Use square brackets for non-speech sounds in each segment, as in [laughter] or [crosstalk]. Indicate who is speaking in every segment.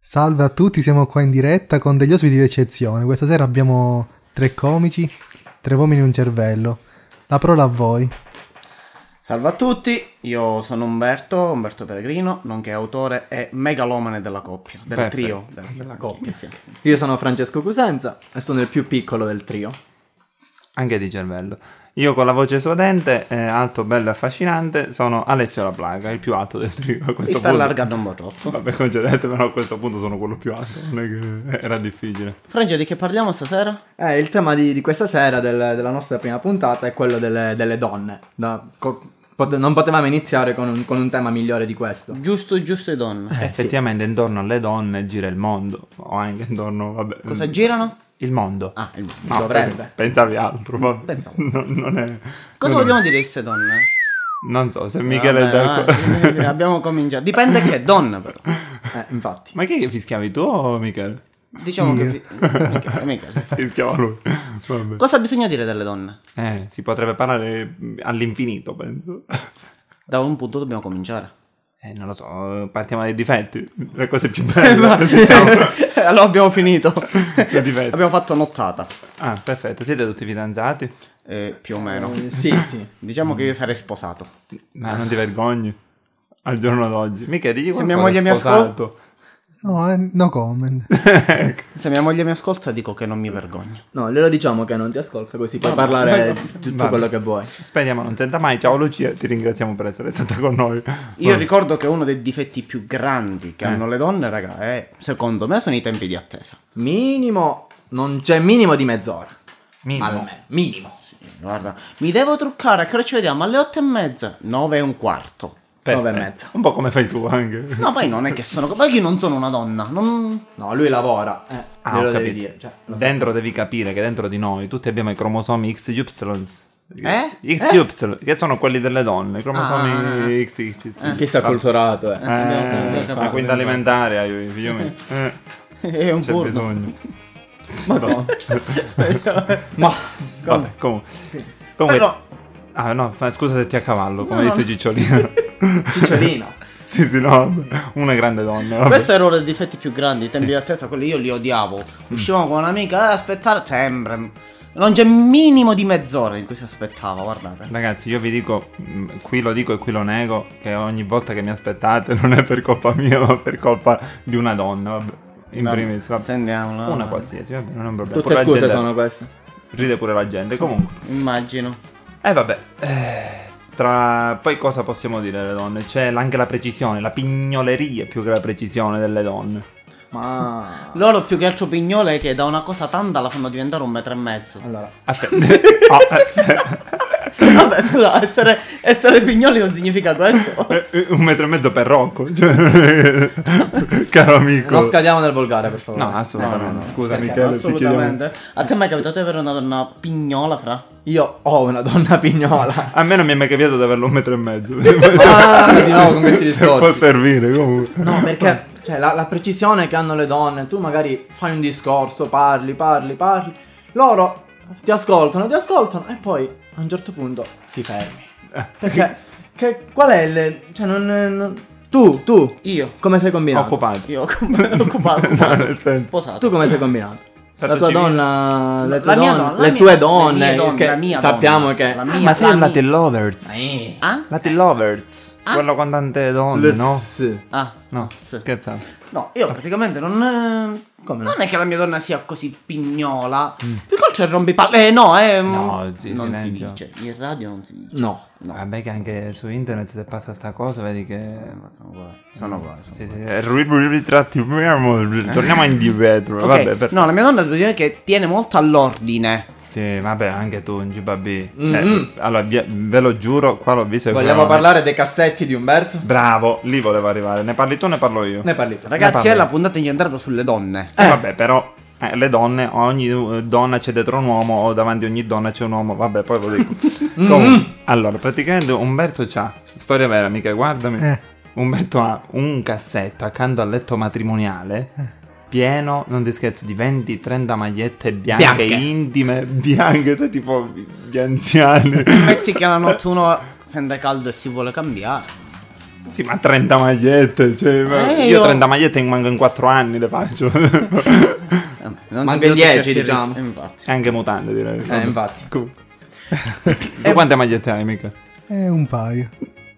Speaker 1: Salve a tutti, siamo qua in diretta con degli ospiti d'eccezione. Questa sera abbiamo tre comici, tre uomini e un cervello. La parola a voi.
Speaker 2: Salve a tutti, io sono Umberto, Umberto Peregrino, nonché autore e megalomane della coppia, del
Speaker 3: Perfetto.
Speaker 2: trio. del-
Speaker 3: Della
Speaker 2: chi-
Speaker 3: coppia.
Speaker 2: che sia.
Speaker 4: Io sono Francesco Cusenza e sono il più piccolo del trio.
Speaker 3: Anche di cervello. Io con la voce suadente, eh, alto, bello e affascinante, sono Alessio La Plaga, il più alto del trio. A questo
Speaker 2: Mi sta
Speaker 3: punto.
Speaker 2: allargando un po' troppo.
Speaker 3: Vabbè, concedete, però a questo punto sono quello più alto. Non è che era difficile.
Speaker 2: Francia, di che parliamo stasera?
Speaker 4: Eh, il tema di, di questa sera, del- della nostra prima puntata, è quello delle, delle donne. Da- co- pot- non potevamo iniziare con un, con un tema migliore
Speaker 3: [laughs]
Speaker 4: di questo.
Speaker 2: Giusto, giusto e
Speaker 4: Eh,
Speaker 2: donna.
Speaker 3: Eh, Effettivamente, intorno alle donne gira il mondo. O anche intorno, vabbè.
Speaker 2: Cosa girano?
Speaker 3: Il mondo.
Speaker 2: Ah, il mondo.
Speaker 3: No,
Speaker 4: Dovrebbe.
Speaker 3: pe- Pensavi altro, vabbè.
Speaker 2: Pensavo.
Speaker 3: Non, non è...
Speaker 2: Cosa
Speaker 3: non è-
Speaker 2: vogliamo dire di queste donne?
Speaker 3: Non so, se Michele è
Speaker 2: Vabbè,
Speaker 3: d'accordo.
Speaker 2: vabbè, abbiamo cominciato. Dipende che donna, però.
Speaker 4: Eh, infatti.
Speaker 3: Ma chi è che fischiavi tu o
Speaker 2: [laughs]
Speaker 3: Michele?
Speaker 2: Diciamo che. Mica, mica.
Speaker 3: Fischiava lui. Vabbè.
Speaker 2: Cosa bisogna dire delle donne?
Speaker 3: Eh, si potrebbe parlare mm, all'infinito, penso.
Speaker 2: Da un punto dobbiamo cominciare.
Speaker 3: Eh, non lo so, partiamo dai difetti, le cose più
Speaker 2: [laughs]
Speaker 3: belle,
Speaker 2: Esatto.
Speaker 3: diciamo,
Speaker 2: allora abbiamo [laughs] finito.
Speaker 3: i difetti.
Speaker 2: abbiamo fatto nottata.
Speaker 3: Ah, perfetto, siete tutti fidanzati?
Speaker 2: Eh, più o meno.
Speaker 4: Eh, sì, sì.
Speaker 2: Diciamo che io sarei sposato.
Speaker 3: Ma non ti vergogni al giorno d'oggi? Mica, dici
Speaker 2: Se
Speaker 3: qualcosa,
Speaker 2: mia moglie mi
Speaker 3: sposato.
Speaker 1: No, eh, no comment.
Speaker 2: Se mia moglie mi ascolta dico che non mi vergogno.
Speaker 4: No, glielo diciamo che non ti ascolta così puoi parlare di tutto
Speaker 3: Vabbè.
Speaker 4: quello che vuoi.
Speaker 3: Speriamo non senta mai, ciao Lucia, ti ringraziamo per essere stata con noi.
Speaker 2: Io ricordo che uno dei difetti più grandi che hanno le donne, raga, è, secondo me, sono i tempi di attesa.
Speaker 4: Minimo, non c'è minimo di mezz'ora.
Speaker 3: Minimo.
Speaker 4: Almeno, minimo.
Speaker 2: Sì, guarda, mi devo truccare, a che ora ci vediamo? Alle otto e mezza, nove e un quarto.
Speaker 3: Perfetto.
Speaker 4: Nove e mezza.
Speaker 3: Un po' come fai tu anche.
Speaker 2: No, poi non è che sono... Poi io non sono una donna, non...
Speaker 4: No, lui lavora. Eh,
Speaker 3: Ah,
Speaker 4: glielo
Speaker 3: ho
Speaker 4: devi
Speaker 3: capito.
Speaker 4: dire. Cioè, lo sai.
Speaker 3: dentro devi capire che dentro di noi tutti abbiamo i cromosomi XY.
Speaker 2: Eh? Ah.
Speaker 3: XY, che sono quelli delle donne, i cromosomi XY.
Speaker 2: Eh,
Speaker 4: Chi si è acculturato, eh.
Speaker 2: abbiamo capito,
Speaker 3: la quinta
Speaker 2: abbiamo
Speaker 3: alimentare, ai- figlio mio. Eh,
Speaker 2: [laughs] È un
Speaker 3: c'è
Speaker 2: furto. [laughs]
Speaker 3: bisogno.
Speaker 4: Ma no. Ma...
Speaker 3: Vabbè, comunque. comunque
Speaker 2: Però,
Speaker 3: Ah, no, fa- scusa se ti accavallo, come
Speaker 2: No, no,
Speaker 3: dice Cicciolino. [laughs]
Speaker 4: Cicciolino.
Speaker 3: sì, sì, no, vabbè, una grande donna. vabbè.
Speaker 2: questo era uno dei difetti più grandi, i tempi di attesa, quelli io li odiavo.
Speaker 3: Mm.
Speaker 2: Uscivamo con un'amica, eh, aspettare, sempre... Non c'è minimo di mezz'ora in cui si aspettava, guardate.
Speaker 3: Ragazzi, io vi dico, mh, qui lo dico e qui lo nego, che ogni volta che mi aspettate [laughs] non è per colpa mia, ma per colpa di una donna, vabbè. In
Speaker 2: Vabbè,
Speaker 3: primis, vabbè.
Speaker 2: sentiamo, no?
Speaker 3: Una qualsiasi, vabbè, non è un problema. Pure
Speaker 4: Tutte
Speaker 3: la
Speaker 4: scuse
Speaker 3: gente-
Speaker 4: sono queste.
Speaker 3: Ride pure la gente, comunque.
Speaker 2: Immagino.
Speaker 3: E vabbè, eh, tra... Poi cosa possiamo dire alle donne? C'è anche la precisione, la pignoleria più che la precisione delle donne. [laughs]
Speaker 4: Ma...
Speaker 2: Loro più che altro pignole è che da una cosa tanta la fanno diventare un metro e mezzo.
Speaker 4: Allora,
Speaker 3: Aspetta.
Speaker 2: [laughs]
Speaker 3: Ah, aspetta.
Speaker 2: Vabbè, scusa, essere, essere pignoli non significa
Speaker 3: [laughs]
Speaker 2: questo.
Speaker 3: Eh, eh, Un metro e mezzo per Rocco, cioè, [laughs] caro amico.
Speaker 4: non scadiamo nel volgare, per favore.
Speaker 3: No, assolutamente.
Speaker 2: No, no, no.
Speaker 3: Scusa,
Speaker 4: Perché?
Speaker 3: Michele, ti chiediamo.
Speaker 2: Assolutamente. A te è mai capitato di avere una donna pignola, fra?
Speaker 4: Io ho una donna pignola.
Speaker 3: A me non mi è mai capitato di averlo un metro e mezzo. Se
Speaker 4: ah, di nuovo [laughs] con questi
Speaker 3: può
Speaker 4: discorsi.
Speaker 3: servire, comunque.
Speaker 4: No, perché cioè, la, la precisione che hanno le donne, tu magari fai un discorso, parli, parli, parli, loro ti ascoltano, ti ascoltano e poi a un certo punto ti fermi. Perché che- qual è il... Cioè, non, non- Tu, tu,
Speaker 2: Io.
Speaker 4: come sei combinato?
Speaker 3: Occupato.
Speaker 2: Io [laughs] occupato, occupato,
Speaker 3: [laughs] No, nel senso.
Speaker 2: sposato.
Speaker 4: Tu come sei combinato?
Speaker 3: Stato
Speaker 4: la tua
Speaker 3: civile.
Speaker 4: donna, le tue
Speaker 2: La mia
Speaker 4: donne,
Speaker 2: donna, la
Speaker 4: le
Speaker 2: mia-
Speaker 4: tue
Speaker 2: le
Speaker 4: donne,
Speaker 2: mie donne,
Speaker 4: che
Speaker 2: la mia
Speaker 4: sappiamo
Speaker 2: donna,
Speaker 4: che...
Speaker 2: la
Speaker 4: Ma
Speaker 2: mia-
Speaker 3: Ma sei un
Speaker 2: la
Speaker 3: latte lovers.
Speaker 4: sì.
Speaker 2: Ah?
Speaker 3: Latte lovers. Quello con tante donne,
Speaker 4: Le-
Speaker 3: no?
Speaker 4: Ah. sì.
Speaker 2: Ah.
Speaker 3: No,
Speaker 2: Sì.
Speaker 3: scherzando.
Speaker 2: No, io praticamente non... eh,
Speaker 4: Come no?
Speaker 2: Non è che la mia donna sia così pignola. Più che altro è rompipalle. Eh, no, eh...
Speaker 3: Mm. No, zi-
Speaker 2: non si
Speaker 3: silenzio. Mm.
Speaker 2: dice. In radio non si dice.
Speaker 4: No.
Speaker 2: No.
Speaker 3: Vabbè che anche su internet se passa sta cosa, vedi che...
Speaker 2: Sono qua. Eh, Sono qua. Sono
Speaker 3: Sì, sì, ri- ri- ritrattiamo,
Speaker 4: [laughs]
Speaker 3: torniamo indietro.
Speaker 2: Ok,
Speaker 3: Vabbè, perfetto.
Speaker 2: no, la mia donna devo dire che tiene molto all'ordine.
Speaker 3: Sì, vabbè, anche tu, un GBB.
Speaker 4: Mm-mm.
Speaker 3: Eh, allora, vi- ve lo giuro, qua l'ho visto. e
Speaker 4: Mm-hmm. Vogliamo
Speaker 3: qua non è.
Speaker 4: parlare dei cassetti di Umberto?
Speaker 3: Bravo, lì volevo arrivare. Ne parli tu o ne parlo io?
Speaker 4: Ne parli tu.
Speaker 2: Ragazzi,
Speaker 3: parlo.
Speaker 2: è la puntata incentrata sulle
Speaker 3: [coughs]
Speaker 2: donne.
Speaker 3: Eh, Vabbè, però, eh, le donne, ogni eh, donna c'è dietro un uomo, o davanti a ogni donna c'è un uomo. Vabbè, poi lo dico. Comunque, allora, praticamente Umberto c'ha. Storia vera, mica, guardami.
Speaker 1: Eh.
Speaker 3: Umberto ha un cassetto accanto al letto matrimoniale. Pieno, non ti scherzo, di 20-30 magliette bianche,
Speaker 4: Bianche.
Speaker 3: intime, bianche, sai, tipo gli anziani.
Speaker 2: Metti che la notte uno sente caldo e si vuole cambiare.
Speaker 3: Sì, ma 30 magliette, cioè, ma-
Speaker 2: Eh,
Speaker 3: io
Speaker 2: io-
Speaker 3: 30 magliette in manco in 4 anni le faccio. e
Speaker 2: Eh, non
Speaker 4: Ma anche
Speaker 2: dobbiamo
Speaker 4: in dieci,
Speaker 2: certi-
Speaker 4: diciamo.
Speaker 2: eh, infatti.
Speaker 3: anche mutande, direi. Vabbè.
Speaker 4: infatti.
Speaker 3: Cool. [laughs] tu quante magliette hai, mica?
Speaker 1: È Eh, un paio.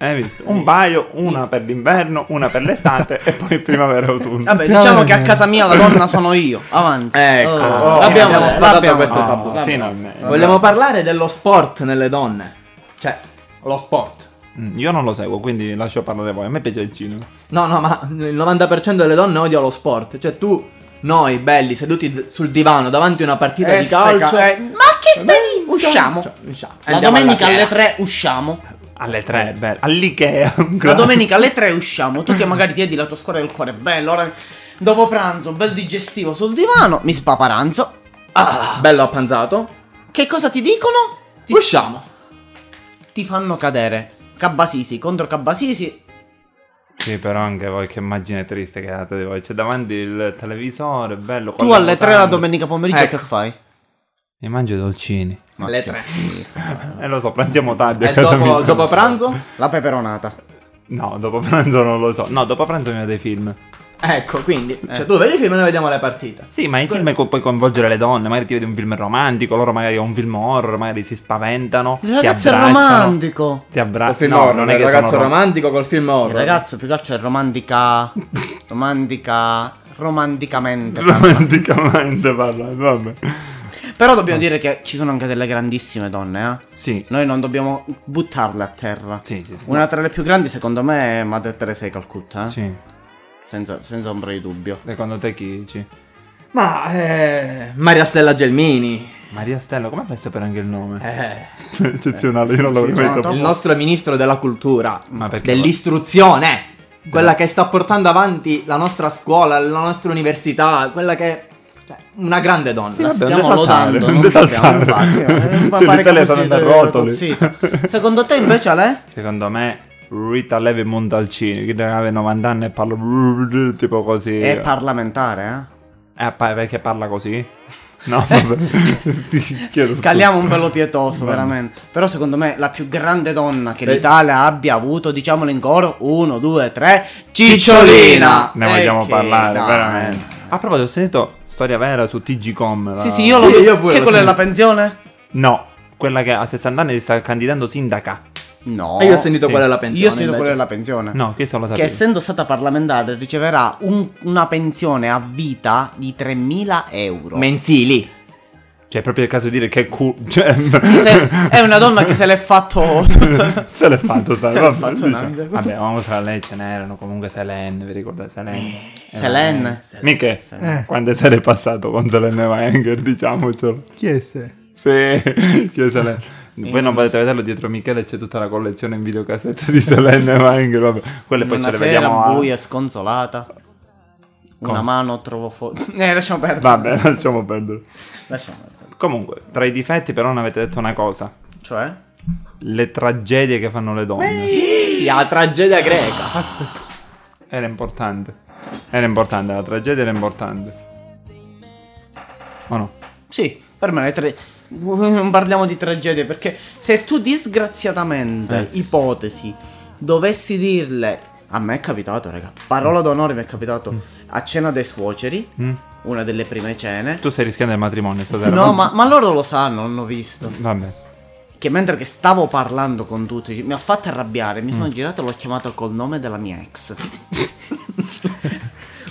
Speaker 3: Hai visto? Un paio, una per l'inverno, una per l'estate e poi primavera e autunno.
Speaker 2: Vabbè,
Speaker 1: Però
Speaker 2: diciamo
Speaker 1: non
Speaker 2: che a
Speaker 1: è-
Speaker 2: casa mia la donna sono io. Avanti.
Speaker 4: Ecco.
Speaker 2: Oh,
Speaker 4: Oh,
Speaker 2: l'abbiamo
Speaker 4: abbiamo sfatato
Speaker 2: l'abbiamo-
Speaker 4: questo
Speaker 2: no,
Speaker 4: tabù.
Speaker 2: l'abbiamo-
Speaker 3: Ah, Finalmente.
Speaker 4: Vogliamo parlare dello sport nelle donne. Cioè, lo sport.
Speaker 3: Mm, Io non lo seguo, quindi lascio parlare voi. A me piace il cinema.
Speaker 4: No, no, ma il 90% delle donne odia lo sport. Cioè, tu, noi belli, seduti d- sul divano davanti a una partita
Speaker 2: Eh,
Speaker 4: di
Speaker 2: ste
Speaker 4: calcio.
Speaker 2: ca- eh, ma che stai lì?
Speaker 4: Cioè,
Speaker 2: Usciamo.
Speaker 4: cioè, usciamo.
Speaker 2: La
Speaker 4: Andiamo alla
Speaker 2: domenica alle
Speaker 4: fiera.
Speaker 2: 3 usciamo.
Speaker 3: Alle tre, bello. Eh, All'Ikea. un
Speaker 2: La
Speaker 3: classico.
Speaker 2: domenica alle
Speaker 4: [laughs]
Speaker 2: 3 usciamo. Tu che magari ti diedi la tua scuola del cuore, bello. Ora dopo pranzo, bel digestivo sul divano, mi spaparanzo. Ah,
Speaker 4: Bello appanzato.
Speaker 2: che cosa ti dicono? Ti,
Speaker 4: Usciamo.
Speaker 2: ti fanno cadere. Cabasisi contro Cabasisi.
Speaker 3: Sì, però anche voi che immagine triste che avete di voi. C'è davanti il televisore, bello. con
Speaker 2: Tu
Speaker 3: le
Speaker 2: alle 3 la
Speaker 3: mutande.
Speaker 2: domenica pomeriggio
Speaker 4: Ecco.
Speaker 2: che fai?
Speaker 3: E mangio i dolcini.
Speaker 2: Ma
Speaker 4: Alle
Speaker 2: che
Speaker 4: tre.
Speaker 2: schifo.
Speaker 3: E lo so, pranziamo tardi a
Speaker 4: E
Speaker 3: casa
Speaker 4: Eh, dopo,
Speaker 3: mia.
Speaker 4: dopo pranzo?
Speaker 2: La peperonata.
Speaker 3: No, dopo pranzo non lo so. No, dopo pranzo mi vedo dei film.
Speaker 4: [laughs] Ecco, quindi. Cioè, tu vedi i film e noi vediamo le partite.
Speaker 3: Sì, ma i film co- puoi coinvolgere le donne. Magari ti vedi un film romantico, loro magari un film horror, magari si spaventano.
Speaker 2: Il
Speaker 3: ti
Speaker 2: ragazzo è
Speaker 3: abbracciano,
Speaker 2: romantico.
Speaker 3: Ti
Speaker 4: Col
Speaker 3: abbraccio.
Speaker 4: film
Speaker 3: No,
Speaker 4: horror,
Speaker 3: non è
Speaker 4: il
Speaker 3: che
Speaker 4: ragazzo
Speaker 3: sono rom-
Speaker 4: romantico col film
Speaker 2: Il
Speaker 4: horror.
Speaker 2: ragazzo più che altro è
Speaker 4: [laughs]
Speaker 2: romantica. romantica. romanticamente.
Speaker 3: romanticamente parlando. Vabbè.
Speaker 2: Però dobbiamo dire che ci sono anche delle grandissime donne, eh.
Speaker 3: Sì.
Speaker 2: Noi non dobbiamo buttarle a terra.
Speaker 3: Sì, sì, sì.
Speaker 2: Una tra le più grandi, secondo me, è Madre Teresa di Calcutta, eh?
Speaker 3: Sì.
Speaker 2: Senza, senza ombra di dubbio.
Speaker 3: Secondo te chi ci?
Speaker 4: Ma, eh, Maria Stella Gelmini.
Speaker 3: Maria Stella, come fai a sapere anche il nome?
Speaker 4: Eh.
Speaker 3: [laughs] Eccezionale, io non
Speaker 2: sì,
Speaker 3: l'avrei
Speaker 2: sì,
Speaker 3: mai
Speaker 2: no,
Speaker 3: saputo.
Speaker 2: dopo-
Speaker 4: il nostro ministro della cultura,
Speaker 3: Ma perché-
Speaker 4: dell'istruzione, quella che sta portando avanti la nostra scuola, la nostra università, quella che... cioè, una grande donna.
Speaker 3: Sì, vabbè,
Speaker 2: Stiamo
Speaker 3: non desaltare,
Speaker 2: lodando,
Speaker 3: non
Speaker 2: non sappiamo,
Speaker 3: desaltare.
Speaker 2: infatti,
Speaker 3: [laughs]
Speaker 2: eh, ma
Speaker 3: Cioè,
Speaker 2: pare
Speaker 3: di te
Speaker 2: che
Speaker 3: le
Speaker 2: così,
Speaker 3: sono
Speaker 2: eh,
Speaker 3: rotoli.
Speaker 2: cozzita. Secondo te invece
Speaker 3: [laughs]
Speaker 2: Ale?
Speaker 3: Secondo me Rita Levi Montalcini, che ne aveva 90 anni e parla tipo così.
Speaker 2: È parlamentare,
Speaker 3: Eh, pa- perché
Speaker 2: [laughs]
Speaker 3: parla così? No, vabbè. [laughs] Ti chiedo
Speaker 2: eh?
Speaker 3: scusa.
Speaker 2: Scaliamo un pelo pietoso,
Speaker 3: Vabbè.
Speaker 2: veramente. Però secondo me la più grande donna che
Speaker 4: Sì.
Speaker 2: l'Italia abbia avuto, diciamolo in coro, uno, due, tre, Cicciolina!
Speaker 3: Ne
Speaker 2: Eh,
Speaker 3: vogliamo
Speaker 2: che
Speaker 3: parlare,
Speaker 2: dai.
Speaker 3: veramente. A proposito, ho sentito storia vera su TGcom. la-
Speaker 2: Sì, sì, io lo
Speaker 4: Sì, io pure
Speaker 2: Che
Speaker 4: lo
Speaker 2: quella è
Speaker 4: sento.
Speaker 2: la pensione?
Speaker 3: No, quella che a 60 anni si sta candidando sindaca.
Speaker 2: No.
Speaker 4: E io ho sentito
Speaker 3: sì.
Speaker 4: quella della pensione.
Speaker 2: Io ho sentito quella
Speaker 4: invece.
Speaker 2: della pensione.
Speaker 3: No, che sono la
Speaker 2: Che
Speaker 3: sapevo.
Speaker 2: essendo stata parlamentare riceverà un- una pensione a vita di 3.000 euro.
Speaker 4: Mensili.
Speaker 3: Cioè, è proprio il caso di dire che cu... [laughs] Cioè...
Speaker 2: Se- è una donna che se l'è fatto...
Speaker 3: [laughs] se l'è fatto stare.
Speaker 2: Se l'è
Speaker 3: vabbè,
Speaker 2: fatto
Speaker 3: diciamo.
Speaker 2: una vita.
Speaker 3: Vabbè, ma oltre a lei ce n'erano comunque Selene, vi
Speaker 2: Eh,
Speaker 3: ricordate Selene?
Speaker 2: Selene.
Speaker 3: Miche,
Speaker 1: Eh.
Speaker 3: quante sere è passato con Selene Wenger, diciamocelo.
Speaker 1: Chi è se?
Speaker 3: Sì, [laughs] chi è Selene? Voi non potete vederlo dietro Michele, c'è tutta la collezione in videocassetta di Selene Wenger, vabbè. Quelle poi
Speaker 2: una
Speaker 3: ce le
Speaker 2: sera
Speaker 3: vediamo a...
Speaker 2: buia e sconsolata. Una
Speaker 3: Come?
Speaker 2: mano trovo fuori. Eh, lasciamo perdere.
Speaker 3: Vabbè, [laughs] lasciamo perdere.
Speaker 2: Lasciamo perdere.
Speaker 3: Comunque, tra i difetti però non avete detto una cosa.
Speaker 2: Cioè?
Speaker 3: Le tragedie che fanno le donne.
Speaker 4: La tragedia greca.
Speaker 1: Aspetta, aspetta.
Speaker 3: Era importante. Era importante, la tragedia era importante. O no?
Speaker 2: Sì, per me le tre. [laughs] Non parliamo di tragedie perché se tu disgraziatamente,
Speaker 3: Eh.
Speaker 2: ipotesi, dovessi dirle. A me è capitato, raga. Parola d'onore mi è capitato a cena dei suoceri,
Speaker 3: Mm?
Speaker 2: una delle prime cene.
Speaker 3: Tu stai rischiando il matrimonio stasera.
Speaker 2: No, ma, ma loro lo sanno, hanno visto.
Speaker 3: Vabbè.
Speaker 2: Che mentre che stavo parlando con tutti, mi ha fatto arrabbiare,
Speaker 3: Mm.
Speaker 2: mi sono girato e l'ho chiamato col nome della mia ex.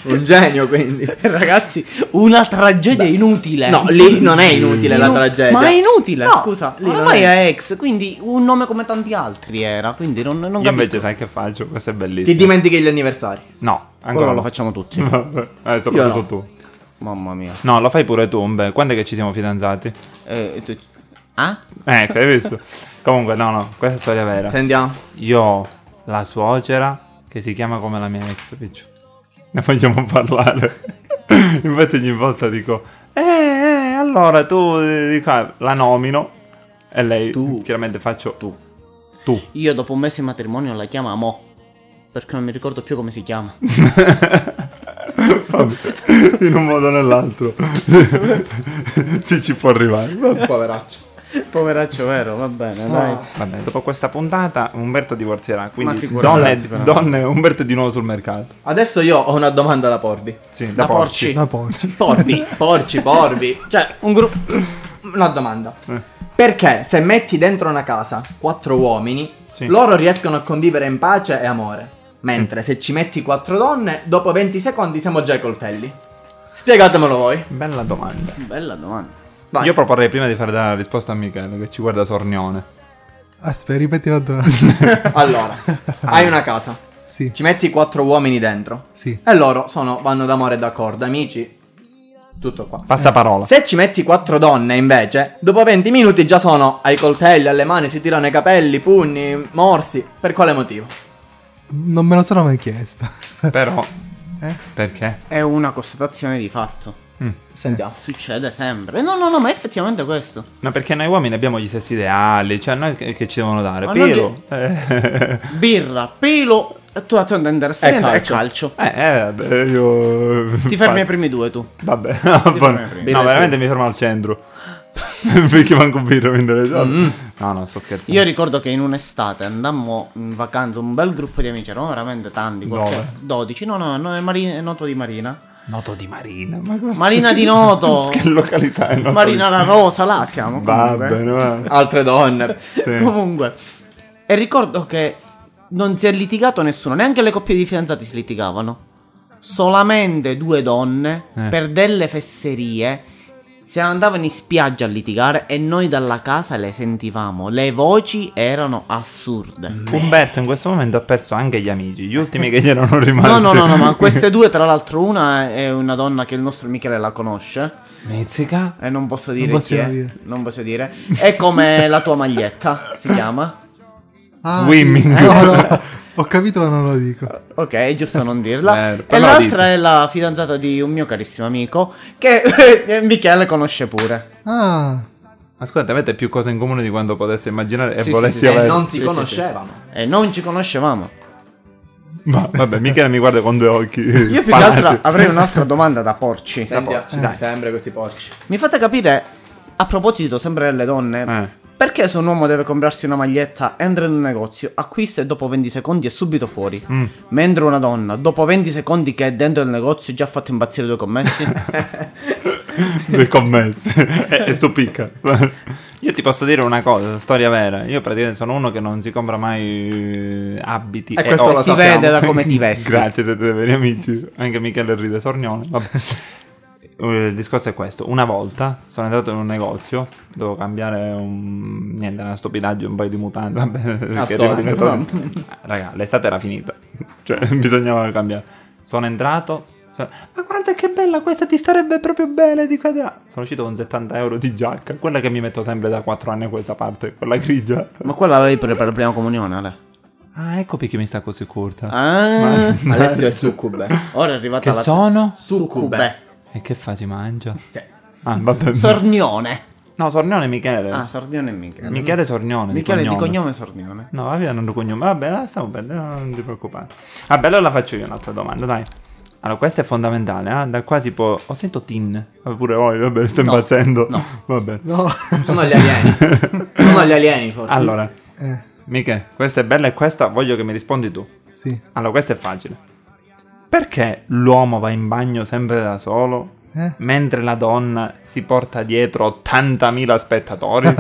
Speaker 4: Un genio, quindi.
Speaker 2: [laughs] Ragazzi, una tragedia inutile.
Speaker 4: No, lì non è inutile la
Speaker 2: Inu-
Speaker 4: tragedia.
Speaker 2: Ma è inutile,
Speaker 4: No,
Speaker 2: scusa.
Speaker 4: lì non
Speaker 2: Ormai
Speaker 4: è.
Speaker 2: è ex, quindi un nome come tanti altri era. Quindi non, non
Speaker 3: Io
Speaker 2: capisco.
Speaker 3: invece sai che faccio? Questo è
Speaker 4: Ti
Speaker 3: bellissimo.
Speaker 4: dimentichi gli anniversari.
Speaker 3: No,
Speaker 2: Ancora
Speaker 3: ancora
Speaker 2: lo facciamo tutti.
Speaker 3: [laughs] Vabbè. Eh, soprattutto
Speaker 4: Io no.
Speaker 3: tu.
Speaker 2: Mamma mia.
Speaker 3: No, lo fai pure tu, beh. Quando è che ci siamo fidanzati?
Speaker 2: Eh, tu- ah?
Speaker 3: Ecco,
Speaker 2: [laughs]
Speaker 3: hai visto? Comunque, no, no, questa è storia
Speaker 2: Eh.
Speaker 3: vera.
Speaker 4: Sentiamo.
Speaker 3: Io ho la suocera che si chiama come la mia ex, piccio. Ne facciamo parlare. [laughs] Infatti ogni volta dico, eh, eh, allora tu, eh, di qua", la nomino e lei,
Speaker 2: Tu.
Speaker 3: chiaramente faccio
Speaker 2: Tu. [laughs]
Speaker 3: tu.
Speaker 2: Io dopo un mese di matrimonio la chiamo Mo. Perché non mi ricordo più come si chiama.
Speaker 3: Vabbè,
Speaker 2: [laughs]
Speaker 3: [laughs] in un modo o nell'altro. si ci può arrivare. vabbè.
Speaker 4: [laughs] Poveraccio.
Speaker 2: Poveraccio vero, va bene, dai. [laughs]
Speaker 3: Vabbè, dopo questa puntata Umberto divorzierà, quindi
Speaker 2: sicuramente,
Speaker 3: donne,
Speaker 2: sicuramente.
Speaker 3: donne, Umberto è di nuovo sul mercato.
Speaker 4: Adesso io ho una domanda da porvi.
Speaker 3: Sì,
Speaker 2: Da
Speaker 3: da, porci.
Speaker 2: porci.
Speaker 1: La porci.
Speaker 4: Porvi,
Speaker 2: [laughs]
Speaker 4: porci, porvi. Cioè, un gruppo. Una domanda.
Speaker 3: Eh.
Speaker 4: Perché se metti dentro una casa quattro uomini,
Speaker 3: Sì.
Speaker 4: loro riescono a convivere in pace e amore. Mentre se ci metti quattro donne, dopo 20 secondi siamo già ai coltelli. Spiegatemelo voi.
Speaker 3: Bella domanda.
Speaker 2: Bella domanda.
Speaker 4: Vai.
Speaker 3: Io proporrei prima di far dare la risposta a Michele, che ci guarda sornione.
Speaker 1: Aspetta, ripeti la domanda.
Speaker 4: [laughs]
Speaker 3: [laughs]
Speaker 4: allora, hai una casa,
Speaker 1: sì,
Speaker 4: ci metti quattro uomini dentro.
Speaker 1: sì.
Speaker 4: E loro sono, vanno d'amore e d'accordo, amici. Tutto qua.
Speaker 2: Eh.
Speaker 3: Passa parola.
Speaker 4: Se ci metti quattro donne, invece, dopo 20 minuti già sono ai coltelli, alle mani, si tirano i capelli, pugni, morsi. Per quale motivo?
Speaker 1: Non me lo sono mai chiesto.
Speaker 3: Però,
Speaker 1: Eh?
Speaker 3: perché?
Speaker 2: È una constatazione di fatto.
Speaker 3: Mm.
Speaker 4: Sentiamo.
Speaker 2: Succede sempre. No, no, no, ma è effettivamente questo.
Speaker 3: No, perché noi uomini abbiamo gli stessi ideali, cioè noi che, che ci devono dare?
Speaker 2: Ma
Speaker 3: Pelo.
Speaker 2: non
Speaker 3: Eh, [laughs]
Speaker 2: Birra, pelo, e tu a te non interessa
Speaker 4: E
Speaker 2: niente, e
Speaker 4: calcio.
Speaker 2: calcio.
Speaker 3: [laughs] eh, eh, vabbè, io...
Speaker 2: Ti fermi ai primi due tu.
Speaker 3: Vabbè,
Speaker 2: fermi ai primi.
Speaker 3: no, veramente mi fermo al centro. [laughs] perché manco birra mi interessa. No, no, sto scherzando.
Speaker 2: Mm. Io ricordo che in un'estate andammo in vacanza un bel gruppo di amici, erano veramente tanti, qualche-
Speaker 3: Dove?
Speaker 2: 12, no, no, no, è Mari- è Noto di Marina.
Speaker 3: Noto di Marina.
Speaker 2: Marina di Noto.
Speaker 3: [laughs] che località è Noto
Speaker 2: Marina
Speaker 3: di-
Speaker 2: la Rosa, là siamo
Speaker 3: Va
Speaker 2: comunque. Ah,
Speaker 3: bene, va.
Speaker 4: Altre donne.
Speaker 3: Sì.
Speaker 2: [laughs] Comunque. E ricordo che non si è litigato nessuno, neanche le coppie di fidanzati si litigavano. Solamente due donne,
Speaker 3: Eh.
Speaker 2: per delle fesserie, se ne andavano in spiaggia a litigare e noi dalla casa le sentivamo. Le voci erano assurde.
Speaker 3: Umberto in questo momento ha perso anche gli amici, gli ultimi che gli erano rimasti.
Speaker 2: No, no, no, no,
Speaker 3: [laughs]
Speaker 2: ma queste due, tra l'altro, una è una donna che il nostro Michele la conosce.
Speaker 3: Mezzica?
Speaker 2: E non posso dire chi
Speaker 1: possiamo
Speaker 2: è.
Speaker 1: dire.
Speaker 2: Non posso dire. È come la tua maglietta, si chiama.
Speaker 1: Ah,
Speaker 3: Swimming.
Speaker 1: sì. No, no, Ho capito ma non lo dico.
Speaker 2: Ok, è giusto non dirla.
Speaker 3: [laughs] Eh, però
Speaker 2: e
Speaker 3: la
Speaker 2: l'altra
Speaker 3: dite.
Speaker 2: è la fidanzata di un mio carissimo amico che [laughs] eh, Michele conosce pure.
Speaker 1: Ah,
Speaker 3: Ma scusate, avete più cose in comune di quanto potesse immaginare e
Speaker 2: Sì, sì,
Speaker 3: volessi
Speaker 2: sì, sì.
Speaker 3: avere.
Speaker 4: Eh, non si
Speaker 2: Sì, sì,
Speaker 4: conoscevano.
Speaker 2: E non ci conoscevamo.
Speaker 3: Ma vabbè, Michele mi guarda con due occhi.
Speaker 2: Io più che altro avrei
Speaker 3: [laughs]
Speaker 2: un'altra domanda da porci.
Speaker 4: Sentiamo.
Speaker 3: porci, dai.
Speaker 4: Sempre questi porci.
Speaker 2: Mi fate capire, a proposito sempre delle donne,
Speaker 3: Eh.
Speaker 2: perché se un uomo deve comprarsi una maglietta, entra in un negozio, acquista e dopo 20 secondi è subito fuori.
Speaker 3: Mm.
Speaker 2: Mentre una donna, dopo 20 secondi che è dentro il negozio, già ha fatto impazzire due
Speaker 3: [laughs]
Speaker 2: commessi.
Speaker 3: dei [laughs] commessi e, e su picca. [laughs] Io ti posso dire una cosa, storia vera. Io praticamente sono uno che non si compra mai eh, abiti.
Speaker 4: E questo
Speaker 3: o-
Speaker 4: lo
Speaker 2: si
Speaker 4: sappiamo.
Speaker 2: vede da come
Speaker 4: [laughs]
Speaker 2: ti vesti.
Speaker 3: Grazie, siete veri amici. Anche Michele ride sornione. Vabbè. [laughs] Eh, Il discorso è questo: una volta sono entrato in un negozio, dovevo cambiare un, niente, una stupidaggio, un paio di mutande. Vabbè, che
Speaker 4: solito,
Speaker 3: diventato- [laughs] Raga, l'estate era finita, [laughs] cioè bisognava cambiare. Sono entrato, sono- ma guarda che bella questa, ti starebbe proprio bene di qua e di là. Sono uscito con 70 euro di giacca, quella che mi metto sempre da 4 anni a questa parte, quella grigia.
Speaker 2: Ma quella l'avevi pure per la prima comunione, Ale.
Speaker 3: Ah, ecco perché mi sta così corta. [laughs]
Speaker 2: Ah,
Speaker 4: Alessio è succube.
Speaker 2: ora è arrivata
Speaker 3: che
Speaker 2: la
Speaker 3: sono?
Speaker 2: Succube.
Speaker 3: E che fa, si mangia?
Speaker 4: Sì.
Speaker 3: Ah, vabbè.
Speaker 2: Sornione.
Speaker 3: no, Sornione Michele.
Speaker 2: Ah, Sornione e Michele.
Speaker 3: Michele Sornione.
Speaker 2: Michele
Speaker 3: di cognome.
Speaker 2: Sornione.
Speaker 3: No, vabbè, non lo cognome. Vabbè, dai, stiamo bene, non ti preoccupare. Vabbè, allora la faccio io un'altra domanda, dai. Allora, questa è fondamentale, eh? da qua si può... Ho sento Tin. Vabbè, pure voi, vabbè, sto
Speaker 2: No,
Speaker 3: impazzendo.
Speaker 2: no.
Speaker 3: Vabbè.
Speaker 1: no.
Speaker 4: Sono gli alieni. Sono gli alieni, forse.
Speaker 3: Allora,
Speaker 1: Eh,
Speaker 3: Michele, questa è bella e questa voglio che mi rispondi tu.
Speaker 1: sì.
Speaker 3: Allora, questa è facile. Perché l'uomo va in bagno sempre da solo,
Speaker 1: Eh?
Speaker 3: mentre la donna si porta dietro 80.000 spettatori?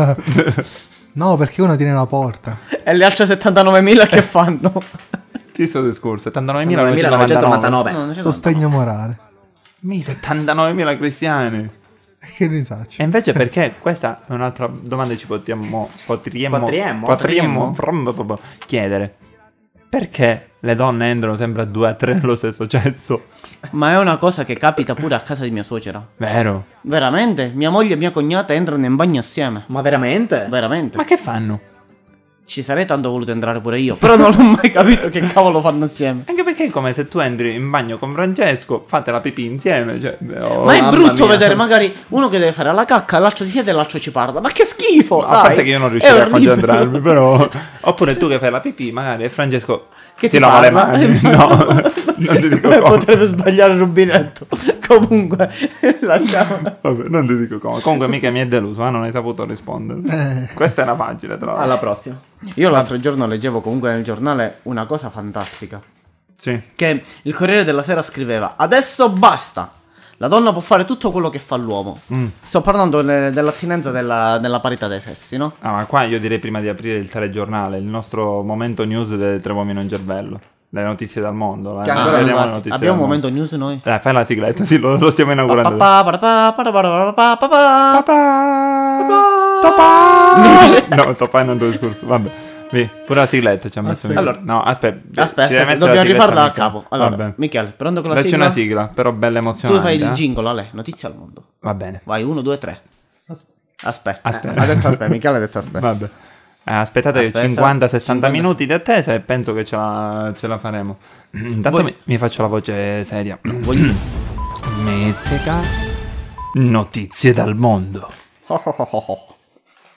Speaker 1: No, perché uno tiene la porta.
Speaker 2: E le altre 79.000 che fanno?
Speaker 3: Chi sono discorso? 79.999.
Speaker 4: 1999.
Speaker 2: non c'è
Speaker 1: Sostegno morale.
Speaker 3: Mi 79.000 cristiani.
Speaker 1: Che ne
Speaker 3: E
Speaker 1: sacci?
Speaker 3: invece perché? Questa è un'altra domanda che ci potremmo, potremmo,
Speaker 4: Potremmo?
Speaker 3: potremmo- prom- prom- prom- chiedere. Perché le donne entrano sempre a due a tre nello stesso cesso?
Speaker 2: tanto. Ma è una cosa che capita pure a casa di mia suocera.
Speaker 3: Vero?
Speaker 2: Veramente? Mia moglie e mia cognata entrano in bagno assieme.
Speaker 4: Ma veramente?
Speaker 2: Veramente?
Speaker 3: Ma che fanno?
Speaker 2: Ci sarei tanto voluto entrare pure io, però non ho mai capito che cavolo fanno assieme.
Speaker 3: Anche perché è come se tu entri in bagno con Francesco, fate la pipì insieme. Cioè, beh, oh,
Speaker 2: Ma è
Speaker 4: mamma
Speaker 2: brutto
Speaker 4: mia.
Speaker 2: vedere magari uno che deve fare la cacca, l'altro si siede e l'altro ci parla. Ma che schifo!
Speaker 3: A parte
Speaker 2: dai!
Speaker 3: che io non
Speaker 2: È
Speaker 3: riuscirei a
Speaker 2: orribile.
Speaker 3: concentrarmi, però.
Speaker 2: [laughs]
Speaker 3: Oppure tu che fai la pipì, magari e Francesco
Speaker 2: Che
Speaker 3: si
Speaker 2: ti
Speaker 3: lava le [laughs]
Speaker 2: parla?
Speaker 3: mani. No, non ti dico
Speaker 2: Come
Speaker 3: come.
Speaker 4: [laughs]
Speaker 2: potrebbe sbagliare il rubinetto Comunque, lasciamo.
Speaker 3: Vabbè, non ti dico come. Comunque, mica mi è deluso, eh, non hai saputo rispondere. Questa è una pagina, tra l'altro.
Speaker 4: Alla prossima.
Speaker 2: Io l'altro giorno leggevo comunque nel giornale una cosa fantastica.
Speaker 3: Sì.
Speaker 2: Che il Corriere della Sera scriveva: Adesso basta. La donna può fare tutto quello che fa l'uomo.
Speaker 3: Mm.
Speaker 2: Sto parlando de- dell'attinenza della, della parità dei sessi, no?
Speaker 3: Ah, ma qua io direi prima di aprire il telegiornale, il nostro momento news del Tre uomini e un cervello. Le notizie dal mondo. eh.
Speaker 4: Che
Speaker 3: Ah,
Speaker 4: ancora
Speaker 3: vediamo le
Speaker 2: infatti.
Speaker 3: notizie
Speaker 2: abbiamo un
Speaker 3: dal mondo.
Speaker 2: momento news noi.
Speaker 3: Dai, fai la sigletta, sì, lo, lo stiamo inaugurando.
Speaker 2: Pa, pa, pa, pa, pa, pa, pa, pa, pa.
Speaker 3: Papà! Topà! [laughs] No, Topà non lo scorso, vabbè. Vi, pure la sigletta ci ha messo.
Speaker 1: Aspetta.
Speaker 3: Allora, no, aspetta. ci
Speaker 2: Aspetta,
Speaker 3: deve
Speaker 2: aspetta,
Speaker 3: mettere la
Speaker 2: dobbiamo
Speaker 3: sigletta,
Speaker 2: rifarla da
Speaker 3: Michele.
Speaker 2: capo. Allora,
Speaker 3: Vabbè.
Speaker 2: Michele, pronto con la
Speaker 3: Dacci
Speaker 2: sigla?
Speaker 3: una sigla, però bella
Speaker 2: Tu
Speaker 3: emozionante.
Speaker 2: fai il
Speaker 3: eh.
Speaker 2: jingle, Ale, notizie al mondo.
Speaker 3: Va bene.
Speaker 2: Vai, 1, 2, 3.
Speaker 1: As-
Speaker 2: Aspetta.
Speaker 3: Aspetta.
Speaker 2: Eh, ha detto aspetta, Michele ha detto aspetta.
Speaker 3: Vabbè. Eh, aspettate
Speaker 2: Aspetta.
Speaker 3: 50-60 minuti di attesa e penso che ce la, ce la faremo. Intanto
Speaker 2: Voi-
Speaker 3: mi, mi faccio la voce seria.
Speaker 2: [clears throat] Voglio-
Speaker 3: Mezzica. Notizie dal mondo.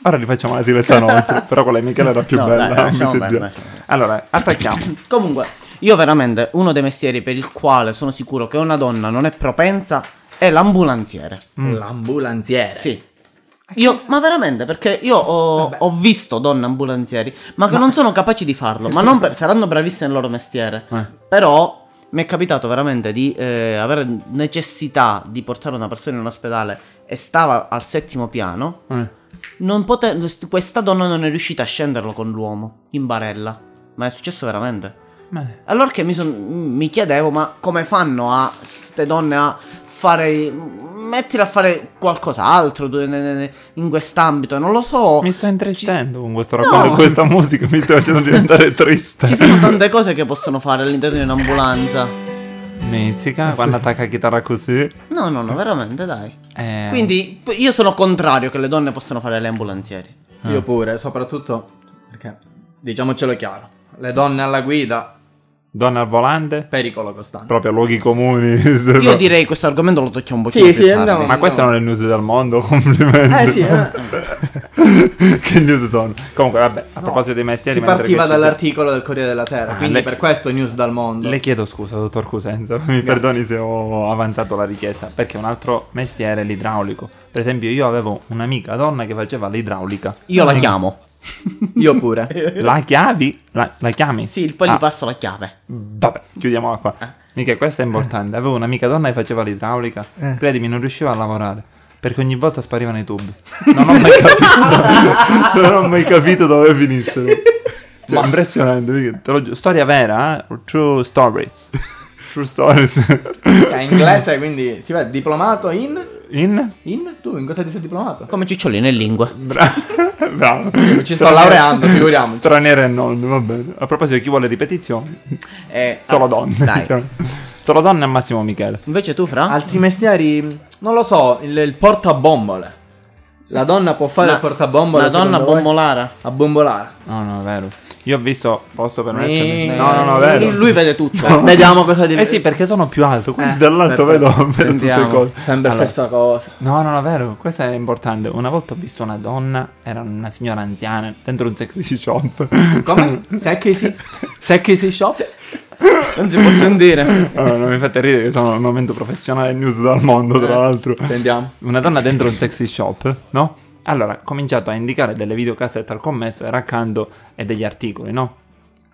Speaker 3: Ora rifacciamo la sigletta
Speaker 2: [laughs]
Speaker 3: nostra, però quella di Michele era più
Speaker 2: No, dai,
Speaker 3: bella.
Speaker 2: lasciamo
Speaker 3: mi si
Speaker 2: perdere,
Speaker 3: dia.
Speaker 2: lasciamo perdere.
Speaker 3: Allora,
Speaker 2: [coughs]
Speaker 3: attacchiamo.
Speaker 2: [clears throat] Comunque, io veramente uno dei mestieri per il quale sono sicuro che una donna non è propensa è l'ambulanziere.
Speaker 3: Mm.
Speaker 4: L'ambulanziere.
Speaker 2: Sì. Io, ma veramente, perché io ho, ho visto donne ambulanzieri, ma che non sono capaci di farlo. Ma non per- saranno bravissime nel loro mestiere.
Speaker 3: Eh.
Speaker 2: Però mi è capitato veramente di eh, avere necessità di portare una persona in un ospedale e stava al settimo piano.
Speaker 3: Eh.
Speaker 2: Non pote- questa donna non è riuscita a scenderlo con l'uomo in barella. Ma è successo veramente.
Speaker 3: Beh,
Speaker 2: Allora che mi, son- mi chiedevo, ma come fanno a ste donne a fare... Mettile a fare qualcos'altro du- ne- ne- ne- in quest'ambito, non lo so.
Speaker 3: Mi sto intristendo con questo racconto, con questa musica mi sta facendo diventare triste.
Speaker 2: Ci sono tante cose che possono fare all'interno di un'ambulanza.
Speaker 3: Mezzica, quando attacca chitarra così.
Speaker 2: No, no, no, veramente, dai.
Speaker 3: eh,
Speaker 2: Quindi p- io sono contrario che le donne possano fare le ambulanzieri.
Speaker 3: Ah.
Speaker 4: Io pure, soprattutto perché diciamocelo chiaro, le donne alla guida,
Speaker 3: Donna al volante,
Speaker 4: pericolo costante.
Speaker 3: proprio a luoghi comuni. [laughs] Esatto.
Speaker 2: Io direi che questo argomento lo tocchiamo un
Speaker 4: Sì,
Speaker 2: pochino più
Speaker 4: sì,
Speaker 2: tardi.
Speaker 4: andiamo.
Speaker 3: Ma questa non è news del mondo, [laughs] complimenti.
Speaker 4: Eh sì, eh.
Speaker 3: [laughs] che news sono? Comunque, vabbè, a proposito dei mestieri,
Speaker 4: si
Speaker 3: mentre
Speaker 4: partiva
Speaker 3: che ci si-
Speaker 4: dall'articolo del Corriere della Sera,
Speaker 3: Ah,
Speaker 4: quindi
Speaker 3: lei-
Speaker 4: per questo news dal mondo.
Speaker 3: Le chiedo scusa, dottor Cusenza, [laughs] mi perdoni se ho avanzato la richiesta, perché un altro mestiere è l'idraulico. Per esempio, io avevo un'amica donna che faceva l'idraulica.
Speaker 2: Io la chiamo.
Speaker 4: [laughs] Io
Speaker 3: [laughs]
Speaker 4: pure.
Speaker 3: La chiavi? La, la chiami?
Speaker 2: Sì, poi
Speaker 3: Ah,
Speaker 2: gli passo la chiave.
Speaker 3: Mm. Vabbè, chiudiamola qua. Mica, questa è importante. Avevo un'amica donna che faceva l'idraulica.
Speaker 1: Eh.
Speaker 3: Credimi, non riusciva a lavorare. Perché ogni volta sparivano i tubi. Non ho mai capito. non ho mai capito dove finissero. Cioè, impressionante. Te lo giuro. Storia vera, eh? True stories. True stories.
Speaker 4: È inglese, quindi si vede diplomato in
Speaker 3: In?
Speaker 4: in tu in cosa ti sei diplomato?
Speaker 2: Come cicciolino in lingua.
Speaker 3: Bra- Bravo.
Speaker 4: Ci sto laureando, figuriamoci.
Speaker 3: Tra nero e non, va bene. A proposito, chi vuole ripetizioni?
Speaker 2: Eh,
Speaker 3: Solo
Speaker 2: ah,
Speaker 3: donne. [laughs] diciamo.
Speaker 2: Dai.
Speaker 3: Solo donne a Massimo Michele.
Speaker 2: Invece tu, Fra?
Speaker 4: Altri mestieri, non lo so, il, il portabombole. La donna può fare
Speaker 2: Ma-
Speaker 4: il portabombole
Speaker 2: La donna
Speaker 4: secondo voi?
Speaker 2: bombolara.
Speaker 4: a bombolare.
Speaker 3: No, no, è vero. Io ho visto, posso permettermi?
Speaker 4: Eh,
Speaker 3: No, no, no, è
Speaker 2: lui-
Speaker 3: vero.
Speaker 2: Lui vede tutto.
Speaker 3: [laughs]
Speaker 4: Beh, Vediamo cosa dice.
Speaker 3: Eh sì, perché sono più alto, quindi
Speaker 4: Eh,
Speaker 3: dall'alto
Speaker 2: perfetto.
Speaker 3: vedo, vedo tutte le
Speaker 2: Sentiamo.
Speaker 3: cose.
Speaker 4: Sempre
Speaker 3: Allora,
Speaker 4: stessa cosa.
Speaker 3: No, no, no, è vero, questo è importante. Una volta ho visto una donna, era una signora anziana, dentro un sexy [laughs] shop.
Speaker 4: [laughs] Come? Secchi si Secchi si shop?
Speaker 2: Non si può sentire.
Speaker 3: Allora, non mi fate ridere che sono al momento professionale news dal mondo, tra l'altro.
Speaker 4: Sentiamo.
Speaker 3: Una donna dentro un sexy shop, no? Allora, ha cominciato a indicare delle videocassette al commesso, era accanto, e degli articoli, no?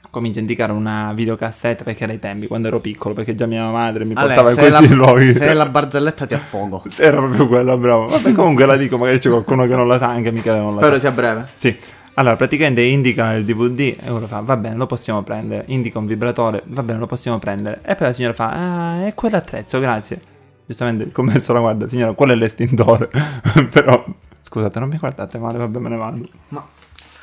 Speaker 3: Comincia a indicare una videocassetta perché era ai tempi, quando ero piccolo, perché già mia madre mi
Speaker 2: Ale,
Speaker 3: portava in
Speaker 2: se
Speaker 3: questi
Speaker 2: la,
Speaker 3: luoghi.
Speaker 2: se la barzelletta ti affogo.
Speaker 3: [laughs] Era proprio quella, bravo. Vabbè, comunque la dico, magari c'è qualcuno che non la sa, anche Michele non
Speaker 4: Spero
Speaker 3: la sa.
Speaker 4: sia breve.
Speaker 3: Sì. Allora, praticamente indica il DVD e uno fa, va bene, lo possiamo prendere. Indica un vibratore, va bene, lo possiamo prendere. E poi la signora fa, ah, è quell'attrezzo, grazie. Giustamente il commesso la guarda, signora, quello è l'estintore. [laughs] Però, scusate, non mi guardate male, vabbè, me ne vado.
Speaker 4: Ma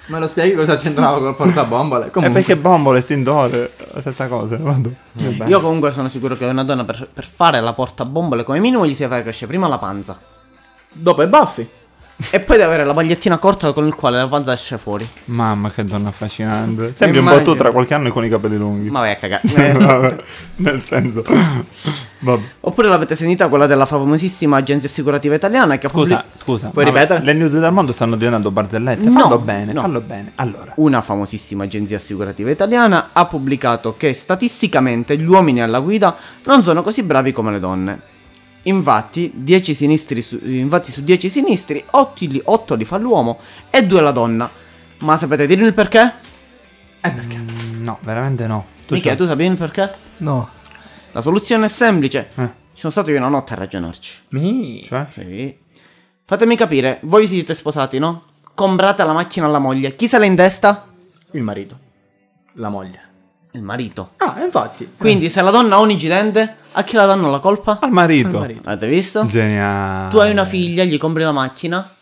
Speaker 4: me lo spieghi cosa c'entrava col portabombole?
Speaker 3: E
Speaker 4: Comunque,
Speaker 3: perché bombo, l'estintore, la stessa cosa, vado. Vabbè.
Speaker 2: Io comunque sono sicuro che una donna per, per fare la portabombole come minimo gli si fare crescere prima la panza.
Speaker 4: dopo i baffi.
Speaker 2: E poi di avere la magliettina corta con il quale la panza esce fuori.
Speaker 3: Mamma, che donna affascinante. Sembri un po'
Speaker 2: Immagino.
Speaker 3: tu tra qualche anno e con i capelli lunghi.
Speaker 2: Ma vai a cagare. Eh,
Speaker 3: [laughs] Vabbè, nel
Speaker 2: [laughs]
Speaker 3: senso, vabbè.
Speaker 2: Oppure l'avete sentita quella della famosissima agenzia assicurativa italiana che ha
Speaker 3: Scusa,
Speaker 2: pubblic-
Speaker 3: scusa.
Speaker 4: Puoi
Speaker 3: ma
Speaker 4: ripetere?
Speaker 3: Le news del mondo stanno diventando barzellette.
Speaker 2: No,
Speaker 3: fallo bene,
Speaker 2: no.
Speaker 3: fallo bene. Allora,
Speaker 2: Una famosissima agenzia assicurativa italiana ha pubblicato che statisticamente gli uomini alla guida non sono così bravi come le donne. Infatti, 10 sinistri su, infatti su 10 sinistri 8 li, otto li fa l'uomo e 2 la donna. Ma sapete dirmi il perché?
Speaker 4: Eh perché?
Speaker 3: No, veramente no. Tu
Speaker 2: Michele,
Speaker 3: c'hai-
Speaker 2: tu sapevi il perché?
Speaker 1: No,
Speaker 2: La soluzione è semplice.
Speaker 3: Eh.
Speaker 2: Ci sono stato io una notte a ragionarci.
Speaker 4: Mi.
Speaker 3: Cioè?
Speaker 2: Sì. Fatemi capire, voi vi siete sposati, no? Comprate la macchina alla moglie. Chi se l'ha in testa?
Speaker 4: Il marito. La moglie.
Speaker 2: Il marito.
Speaker 4: Ah, infatti.
Speaker 2: Quindi se la donna ha un incidente, a chi la danno la colpa?
Speaker 3: Al marito.
Speaker 4: Al marito.
Speaker 2: Avete visto?
Speaker 3: Ah, Geniale.
Speaker 2: Tu hai una figlia, gli compri la macchina.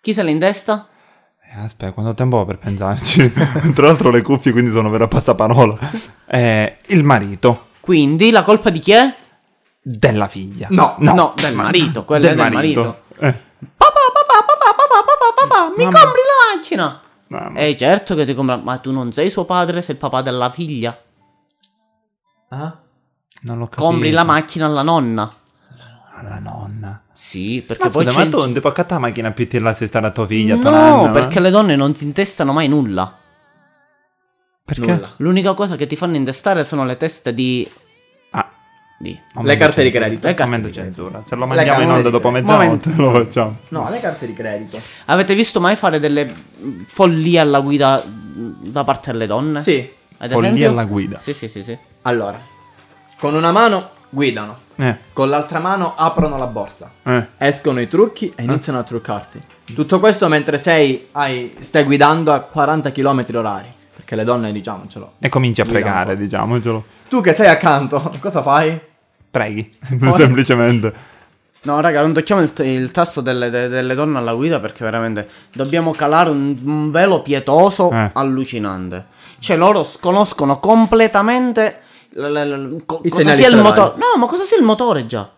Speaker 2: Chi se l'ha in testa?
Speaker 3: Eh, Aspetta, quanto tempo ho per pensarci? [laughs] Tra l'altro le cuffie quindi sono vera passaparola. Eh, il marito
Speaker 2: Quindi la colpa di chi è?
Speaker 3: della figlia.
Speaker 4: No,
Speaker 2: no, del marito, quella è del
Speaker 3: Eh,
Speaker 2: Papà, papà, papà, papà, papà, papà, mi
Speaker 3: Mamma.
Speaker 2: compri la macchina.
Speaker 3: mamma.
Speaker 2: Eh certo che ti compra, ma tu non sei suo padre, sei il papà della figlia.
Speaker 4: Ah?
Speaker 3: non l'ho capito.
Speaker 2: Compri la macchina alla nonna.
Speaker 3: Alla nonna.
Speaker 2: Sì, perché
Speaker 3: Ma
Speaker 2: poi
Speaker 3: scusa,
Speaker 2: c'è
Speaker 3: ma
Speaker 2: il-
Speaker 3: tu non ti puoi accattare la macchina più là se stare a tua figlia? tua
Speaker 2: No,
Speaker 3: nonna,
Speaker 2: perché
Speaker 3: ma-
Speaker 2: le donne non si intestano mai nulla.
Speaker 3: Perché?
Speaker 4: Nulla.
Speaker 2: L'unica cosa che ti fanno intestare sono le teste di...
Speaker 3: Ah,
Speaker 2: di...
Speaker 4: Le carte di credito.
Speaker 2: Le carte
Speaker 3: Momento
Speaker 2: di credito.
Speaker 3: censura. Se lo
Speaker 4: Le
Speaker 3: mandiamo in
Speaker 4: carte
Speaker 3: onda
Speaker 4: di
Speaker 3: dopo
Speaker 4: credito.
Speaker 3: mezzanotte [laughs] lo facciamo.
Speaker 4: No, le carte di credito.
Speaker 2: Avete visto mai fare delle mh, follie alla guida mh, da parte delle donne?
Speaker 4: Sì.
Speaker 2: Ad
Speaker 3: Follie
Speaker 2: esempio?
Speaker 3: alla guida.
Speaker 2: Sì, sì, sì, sì.
Speaker 4: Allora, con una mano guidano,
Speaker 3: Eh,
Speaker 4: con l'altra mano aprono la borsa.
Speaker 3: eh.
Speaker 4: Escono i trucchi e iniziano a truccarsi. Tutto questo mentre sei ai- stai guidando a 40 km orari. Perché le donne, diciamocelo.
Speaker 3: E cominci a
Speaker 4: Guida un
Speaker 3: pregare,
Speaker 4: po'.
Speaker 3: diciamocelo.
Speaker 4: Tu che sei accanto, [laughs] cosa fai?
Speaker 3: Preghi. [laughs] Semplicemente.
Speaker 2: No, raga, non tocchiamo il, il tasto delle, de- delle donne alla guida perché veramente dobbiamo calare un, un velo pietoso
Speaker 3: Eh.
Speaker 2: allucinante. Cioè, loro sconoscono completamente l- l- l- co-
Speaker 4: I
Speaker 2: cosa
Speaker 4: segnali
Speaker 2: sia il
Speaker 4: stradali.
Speaker 2: motore. No, ma cosa sia il motore già?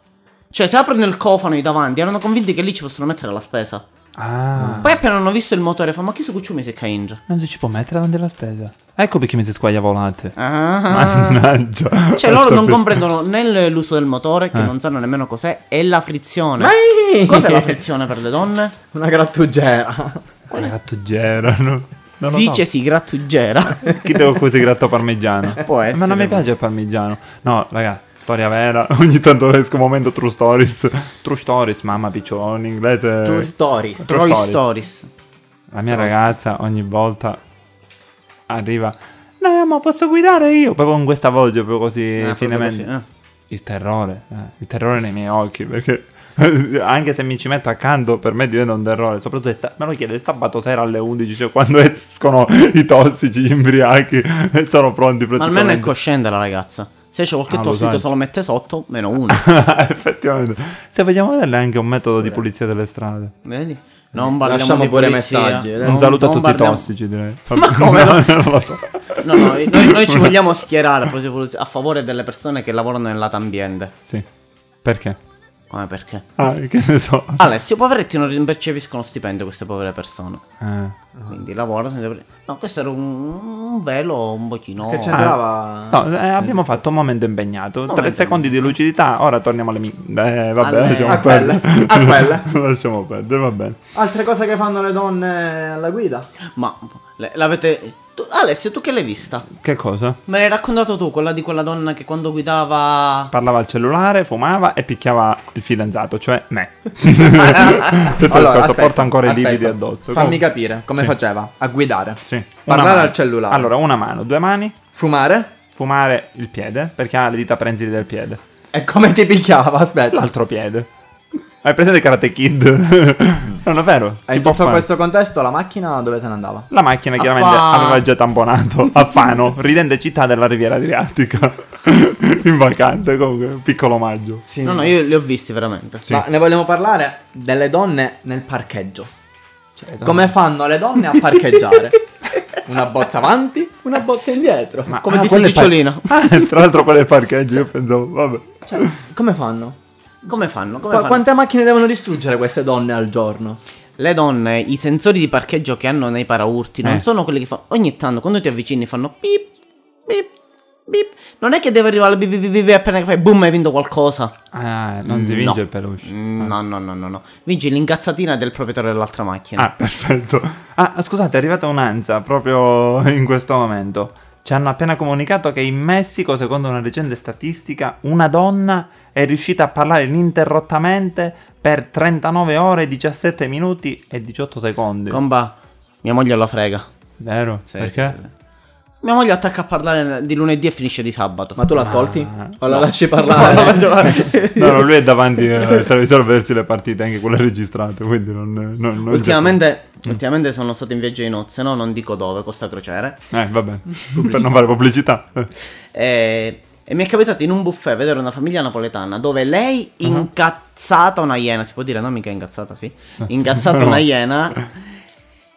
Speaker 2: Cioè, se aprono il cofano i davanti, erano convinti che lì ci possono mettere la spesa.
Speaker 3: Ah.
Speaker 2: Poi appena hanno visto il motore, fa ma chi su cucciumi si caindra?
Speaker 3: Non si ci può mettere davanti alla spesa. Ecco perché mi si squaglia volante.
Speaker 2: Ah.
Speaker 3: [laughs] Mannaggia.
Speaker 2: Cioè, loro
Speaker 3: Adesso
Speaker 2: non
Speaker 3: fi-
Speaker 2: comprendono né l- l'uso del motore, che
Speaker 3: Eh.
Speaker 2: non sanno nemmeno cos'è, e la frizione.
Speaker 4: Mai!
Speaker 2: Cos'è la frizione per le
Speaker 3: [laughs]
Speaker 2: donne?
Speaker 4: Una grattugera.
Speaker 3: Quale grattugera? No. [laughs] Non lo so.
Speaker 2: Dice sì, grattugiera.
Speaker 3: Chi devo così gratto parmigiano?
Speaker 2: Può
Speaker 3: Ma
Speaker 2: essere.
Speaker 3: non mi piace il parmigiano. No, raga, storia vera. [laughs] Ogni tanto esco un momento true stories. True stories, mamma piccione, in inglese.
Speaker 4: True stories.
Speaker 3: True
Speaker 2: Troy
Speaker 3: story.
Speaker 2: Stories.
Speaker 3: La mia ragazza ogni volta arriva. No, ma posso guidare io? Proprio con questa voce, proprio così,
Speaker 2: Eh,
Speaker 3: finemente.
Speaker 2: proprio così,
Speaker 3: Il terrore, eh, il terrore nei miei occhi, perché [laughs] anche se mi ci metto accanto, per me diventa un terrore. Soprattutto il sa- me lo chiede il sabato sera alle 11, cioè quando [laughs] escono i tossici, gli imbriachi, e sono pronti
Speaker 2: eh. Ma almeno è
Speaker 3: praticamente.
Speaker 2: cosciente la ragazza. Se c'è qualche
Speaker 3: Ah, lo
Speaker 2: tossico
Speaker 3: sai.
Speaker 2: se lo mette sotto, meno
Speaker 3: [laughs]
Speaker 2: uno.
Speaker 3: Effettivamente. Se vogliamo vedere è anche un metodo di pulizia delle strade.
Speaker 2: Vedi? Non parliamo
Speaker 4: Lasciamo
Speaker 2: di
Speaker 4: pure
Speaker 2: polizia.
Speaker 4: messaggi, eh.
Speaker 2: Non-
Speaker 3: Un saluto a
Speaker 2: non
Speaker 3: tutti
Speaker 2: parliamo-
Speaker 3: i tossici, direi.
Speaker 2: [laughs] Ma come no?
Speaker 3: [laughs] No, non lo so.
Speaker 2: No, no, noi, noi
Speaker 3: [laughs]
Speaker 2: ci vogliamo schierare proprio poli- a favore delle persone che lavorano nel lato ambiente.
Speaker 3: Sì. Perché?
Speaker 2: Come perché?
Speaker 3: Ah, [laughs] che ne so.
Speaker 2: Alessio, poveretti non percepiscono stipendio queste povere persone.
Speaker 3: Eh.
Speaker 2: Quindi lavorano. No, questo era un, un velo un pochino.
Speaker 4: Che c'entrava?
Speaker 3: No, eh, abbiamo fatto un momento impegnato. Tre
Speaker 2: Momento
Speaker 3: secondi di lucidità, ora torniamo alle mie. Eh, vabbè,
Speaker 2: Alle-
Speaker 3: lasciamo
Speaker 4: a quelle,
Speaker 3: perdere.
Speaker 4: a
Speaker 3: [laughs]
Speaker 4: quelle.
Speaker 3: lasciamo perdere, va bene.
Speaker 4: Altre cose che fanno le donne alla guida?
Speaker 2: Ma le- l'avete. tu- Alessio, tu che l'hai vista?
Speaker 3: Che cosa?
Speaker 2: Me l'hai raccontato tu, quella di quella donna che quando guidava.
Speaker 3: Parlava al cellulare, fumava e picchiava il fidanzato, cioè
Speaker 4: [laughs]
Speaker 3: me. Tutto
Speaker 4: Allora,
Speaker 3: il discorso,
Speaker 4: aspetta,
Speaker 3: porta ancora i lividi
Speaker 4: aspetta.
Speaker 3: addosso.
Speaker 4: Fammi
Speaker 3: Comunque,
Speaker 4: capire come
Speaker 3: Sì.
Speaker 4: faceva a guidare.
Speaker 3: Sì. Una
Speaker 4: Parlare
Speaker 3: mano.
Speaker 4: al cellulare.
Speaker 3: Allora, una mano, due mani,
Speaker 4: Fumare?
Speaker 3: fumare il piede, perché ha le dita prensili del piede.
Speaker 4: E come ti picchiava? Aspetta.
Speaker 3: L'altro piede. Hai presente Karate Kid?
Speaker 4: Mm.
Speaker 3: [laughs] non è vero?
Speaker 4: E
Speaker 3: Si
Speaker 4: in
Speaker 3: può
Speaker 4: tutto
Speaker 3: fare.
Speaker 4: questo contesto la macchina dove se ne andava?
Speaker 3: La macchina chiaramente
Speaker 2: Affa-
Speaker 3: aveva già tamponato a [laughs] Fano, ridente città della Riviera Adriatica. [laughs] In vacanza, comunque, un piccolo omaggio.
Speaker 4: Sì.
Speaker 2: No, no, io li ho visti veramente.
Speaker 3: Sì.
Speaker 4: Ma ne vogliamo parlare delle donne nel parcheggio.
Speaker 3: [laughs]
Speaker 4: Cioè, Come fanno le donne a [laughs] parcheggiare? una botta avanti, una botta indietro.
Speaker 3: Ma-
Speaker 2: Come
Speaker 3: ah,
Speaker 2: disse
Speaker 3: quello è par-
Speaker 2: Cicciolino.
Speaker 3: Ah, tra l'altro quello è il parcheggio, io pensavo, vabbè.
Speaker 4: Cioè, come fanno?
Speaker 2: Come fanno? Come
Speaker 4: Qua-
Speaker 2: fanno?
Speaker 4: Quante macchine devono distruggere queste donne al giorno?
Speaker 2: Le donne, i sensori di parcheggio che hanno nei paraurti non
Speaker 3: Eh.
Speaker 2: sono quelli che fanno. Ogni tanto quando ti avvicini fanno pip, pip, pip. Non è che deve arrivare il bip, bip, bip, bip e appena che fai boom hai vinto qualcosa.
Speaker 3: Ah, non si vince il Eh. peluche.
Speaker 2: Mm, No, no, no, no, no. Vinci l'ingazzatina del proprietario dell'altra macchina.
Speaker 3: Ah, perfetto. Ah, scusate, è arrivata un'ansia proprio in questo momento. ci hanno appena comunicato che in Messico, secondo una recente statistica, una donna è riuscita a parlare ininterrottamente per 39 ore, 17 minuti e 18 secondi.
Speaker 2: Comba, mia moglie la frega.
Speaker 3: Vero?
Speaker 2: Sì,
Speaker 3: Perché?
Speaker 2: sì, sì, sì. Mia moglie attacca a parlare di lunedì e finisce di sabato.
Speaker 4: Ma tu l'ascolti?
Speaker 3: Ah.
Speaker 4: o la
Speaker 2: No.
Speaker 4: lasci
Speaker 2: No,
Speaker 4: [laughs] parlare?
Speaker 2: no, no.
Speaker 3: [laughs] No, no, lui è davanti eh, al televisore a vedersi le partite, anche quelle registrate, quindi non... non- non-
Speaker 2: ultimamente,
Speaker 3: Mm.
Speaker 2: ultimamente sono stato in viaggio in nozze, no? Non dico dove, Costa Crociere.
Speaker 3: Eh, vabbè, per non fare pubblicità. Eh,
Speaker 2: E, Eh, e mi è capitato in un buffet vedere una famiglia napoletana dove lei
Speaker 4: Ah.
Speaker 2: incazzata una iena, si può dire, no mica incazzata,
Speaker 4: [laughs]
Speaker 2: sì. Incazzata
Speaker 3: No.
Speaker 2: una iena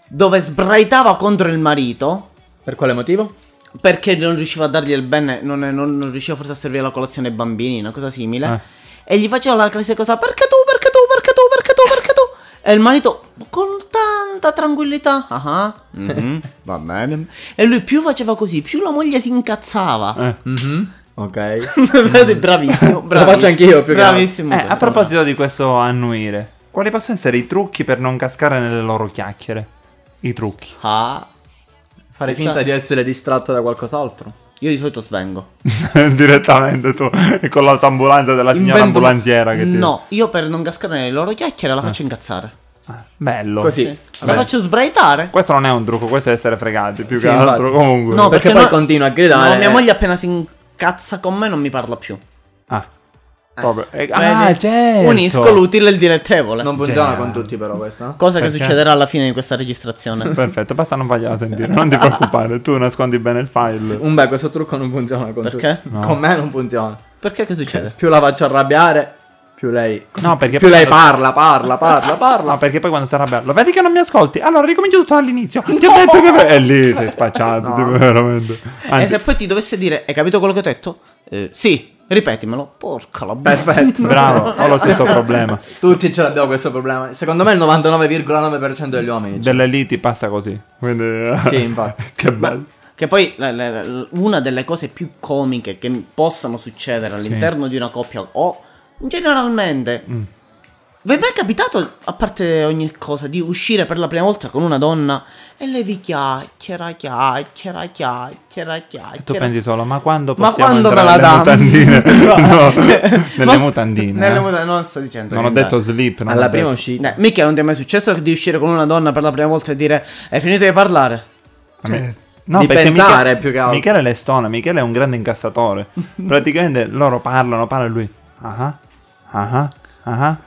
Speaker 2: dove sbraitava contro il marito
Speaker 4: per quale motivo?
Speaker 2: perché non riusciva a dargli il bene, non, non- non riusciva forse a servire la colazione ai bambini, una cosa simile.
Speaker 4: Ah.
Speaker 2: E gli faceva la classica cosa, perché tu, perché tu, perché tu, perché tu, perché tu? E il marito con tanta tranquillità, ah ah,
Speaker 4: Mm-hmm.
Speaker 2: mhm, va bene. E lui più faceva così, più la moglie si incazzava.
Speaker 3: Eh.
Speaker 4: Mhm. [laughs] Ok.
Speaker 2: Vedi, bravissimo,
Speaker 4: [laughs] Lo faccio anch'io, più che altro.
Speaker 2: bravissimo.
Speaker 3: Eh, a proposito di questo annuire, quali possono essere i trucchi per non cascare nelle loro chiacchiere? I trucchi.
Speaker 2: Ah,
Speaker 4: Fare finta di essere distratto da qualcos'altro.
Speaker 2: io di solito svengo.
Speaker 3: [laughs] Direttamente tu, e con l'autoambulanza della signora
Speaker 2: Invento-
Speaker 3: ambulanziera che ti...
Speaker 2: No, io per non cascare nelle loro chiacchiere la faccio incazzare.
Speaker 3: Ah, Bello.
Speaker 4: Così.
Speaker 2: Sì. La
Speaker 3: Eh. Vabbè.
Speaker 2: faccio sbraitare.
Speaker 3: Questo non è un trucco, questo è essere fregati, più
Speaker 4: Sì,
Speaker 3: che altro,
Speaker 4: infatti.
Speaker 3: comunque.
Speaker 2: No,
Speaker 4: perché
Speaker 2: perché
Speaker 4: poi
Speaker 2: no-
Speaker 4: continua a gridare.
Speaker 2: No,
Speaker 3: eh.
Speaker 2: mia moglie appena si incazza con me non mi parla più.
Speaker 3: Ah, proprio. Eh, ah,
Speaker 2: Vedi?
Speaker 3: certo.
Speaker 2: Unisco l'utile e il dilettevole.
Speaker 4: Non funziona
Speaker 3: Cioè.
Speaker 4: con tutti però questo. eh?
Speaker 2: Cosa che
Speaker 3: Perché?
Speaker 2: succederà alla fine di questa
Speaker 3: [laughs]
Speaker 2: registrazione.
Speaker 3: Perfetto, basta non fargliela sentire, non ti preoccupare, tu nascondi bene il file.
Speaker 4: Un beh, questo trucco non funziona con
Speaker 2: Perché?
Speaker 4: tutti.
Speaker 3: No.
Speaker 4: Con me non funziona.
Speaker 2: Perché che succede?
Speaker 4: Più la faccio arrabbiare, più lei
Speaker 3: No, perché
Speaker 4: più
Speaker 3: poi-
Speaker 4: lei parla, parla, parla, parla. [laughs]
Speaker 3: No, perché poi quando sarà bello, vedi che non mi ascolti. Allora ricomincio tutto dall'inizio. Ti ho detto che. E lì sei spacciato,
Speaker 4: No.
Speaker 3: tipo, veramente.
Speaker 2: E
Speaker 3: Anzi,
Speaker 2: se poi ti dovesse dire, hai capito quello che ho detto? Eh, sì, ripetimelo. Porca la b-
Speaker 4: Perfetto.
Speaker 3: bravo, ho lo stesso problema.
Speaker 4: Tutti ce l'abbiamo questo problema. Secondo me il 99,9% degli uomini. ce
Speaker 3: Delle liti passa così. Quindi. eh,
Speaker 4: Sì, infatti.
Speaker 3: [laughs] che bello.
Speaker 2: Che poi la- la- la- una delle cose più comiche che possano succedere all'interno di una coppia o generalmente.
Speaker 3: Mm.
Speaker 2: Vi è mai capitato, a parte ogni cosa, di uscire per la prima volta con una donna e lei vi chiacchiera, chiacchiera, chiacchiera,
Speaker 3: E
Speaker 2: chiacchiera.
Speaker 3: tu pensi solo, ma quando
Speaker 2: Ma
Speaker 3: possiamo
Speaker 2: quando me
Speaker 3: entrare
Speaker 2: la
Speaker 3: nelle
Speaker 2: [laughs]
Speaker 3: mutandine? [laughs] No, nelle
Speaker 2: Ma-
Speaker 3: mutandine.
Speaker 2: Nelle
Speaker 3: eh.
Speaker 2: mutandine, non sto dicendo.
Speaker 3: Non ho
Speaker 2: niente.
Speaker 3: detto sleep. Non ho
Speaker 4: Alla prima
Speaker 3: detto-
Speaker 4: uscita.
Speaker 2: Eh, mica non ti è mai successo di uscire con una donna per la prima volta e dire hai finito di parlare?
Speaker 1: Certo.
Speaker 3: No,
Speaker 4: Di
Speaker 3: perché
Speaker 4: pensare,
Speaker 3: Michele,
Speaker 4: più che altro.
Speaker 3: Michele è l'estone, Michele è un grande incassatore.
Speaker 2: [laughs]
Speaker 3: Praticamente loro parlano, parla e lui. Ah, ah, ah, ah.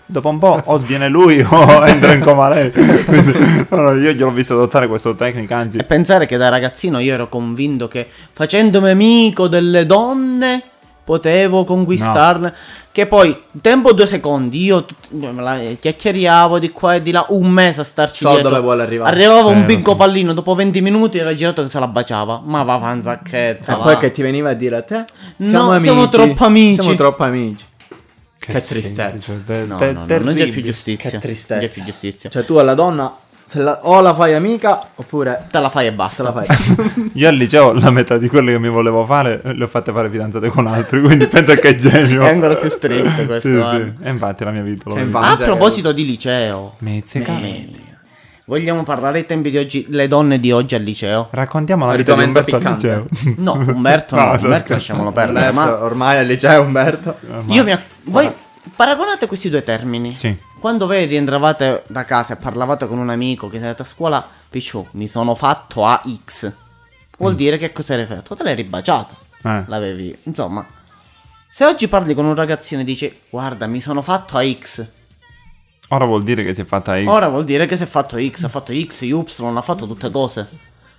Speaker 3: Dopo un po' o viene lui [laughs] o entra in coma lei. Quindi, no, no, io gliel'ho visto adottare questa tecnica, anzi.
Speaker 2: E pensare che da ragazzino io ero convinto che facendomi amico delle donne potevo conquistarle. Che poi, tempo due secondi, io tut- me la- eh, chiacchieriavo di qua e di là, un mese a starci
Speaker 4: So
Speaker 2: dietro.
Speaker 4: dove vuole arrivare. Eh,
Speaker 2: Arrivava
Speaker 3: Sì,
Speaker 2: un
Speaker 3: lo
Speaker 2: picco
Speaker 3: so.
Speaker 2: pallino, dopo 20 minuti era girato che se la baciava. Ma va panzacchetta.
Speaker 4: E
Speaker 2: va.
Speaker 4: Eh, poi che ti veniva a dire a te?
Speaker 2: No,
Speaker 4: Siamo amici.
Speaker 2: siamo troppo amici."
Speaker 4: Siamo troppo amici. che
Speaker 3: schifo, cioè,
Speaker 4: tristezza.
Speaker 3: te-
Speaker 2: No,
Speaker 3: te-
Speaker 2: no, no, non c'è
Speaker 3: terribile.
Speaker 2: più giustizia.
Speaker 4: Che
Speaker 2: Non
Speaker 4: tristezza.
Speaker 2: c'è più giustizia.
Speaker 4: Cioè tu alla donna se la- o la fai amica oppure
Speaker 2: te la fai e basta.
Speaker 4: se
Speaker 2: [laughs]
Speaker 4: la fai.
Speaker 3: [laughs] Io al liceo la metà di quelle che mi volevo fare le ho fatte fare fidanzate con altri, quindi penso che è genio.
Speaker 2: È ancora più
Speaker 3: [laughs]
Speaker 2: triste questo,
Speaker 3: Sì,
Speaker 2: eh.
Speaker 3: sì. E infatti la mia vita lo
Speaker 4: E
Speaker 3: vedo.
Speaker 4: infatti.
Speaker 2: A
Speaker 4: Panza
Speaker 2: proposito di liceo,
Speaker 3: Mezzica.
Speaker 2: Mezzica. vogliamo parlare ai tempi di oggi, le donne di oggi al liceo?
Speaker 3: Raccontiamo la vita di
Speaker 4: Argomento
Speaker 3: Umberto al
Speaker 4: piccante.
Speaker 3: liceo.
Speaker 2: No, Umberto, no,
Speaker 3: [laughs] No, sto
Speaker 2: Umberto
Speaker 3: scherzando.
Speaker 2: lasciamolo perdere.
Speaker 4: Umberto,
Speaker 2: Ma Eh.
Speaker 4: ormai al liceo Umberto.
Speaker 3: Ormai.
Speaker 2: io mi. ac- Voi paragonate questi due termini.
Speaker 3: Sì.
Speaker 2: Quando voi rientravate da casa e parlavate con un amico che è andato a scuola, picciù, mi sono fatto a X. Vuol dire che cosa eri fatto? Te l'hai ribaciato.
Speaker 3: Mm. Eh.
Speaker 2: L'avevi. Insomma, se oggi parli con un ragazzino e dici, guarda, mi sono fatto a X.
Speaker 3: Ora vuol dire che si è fatta X.
Speaker 2: Ora vuol dire che si è fatto X, ha fatto X, Y, ha fatto tutte cose.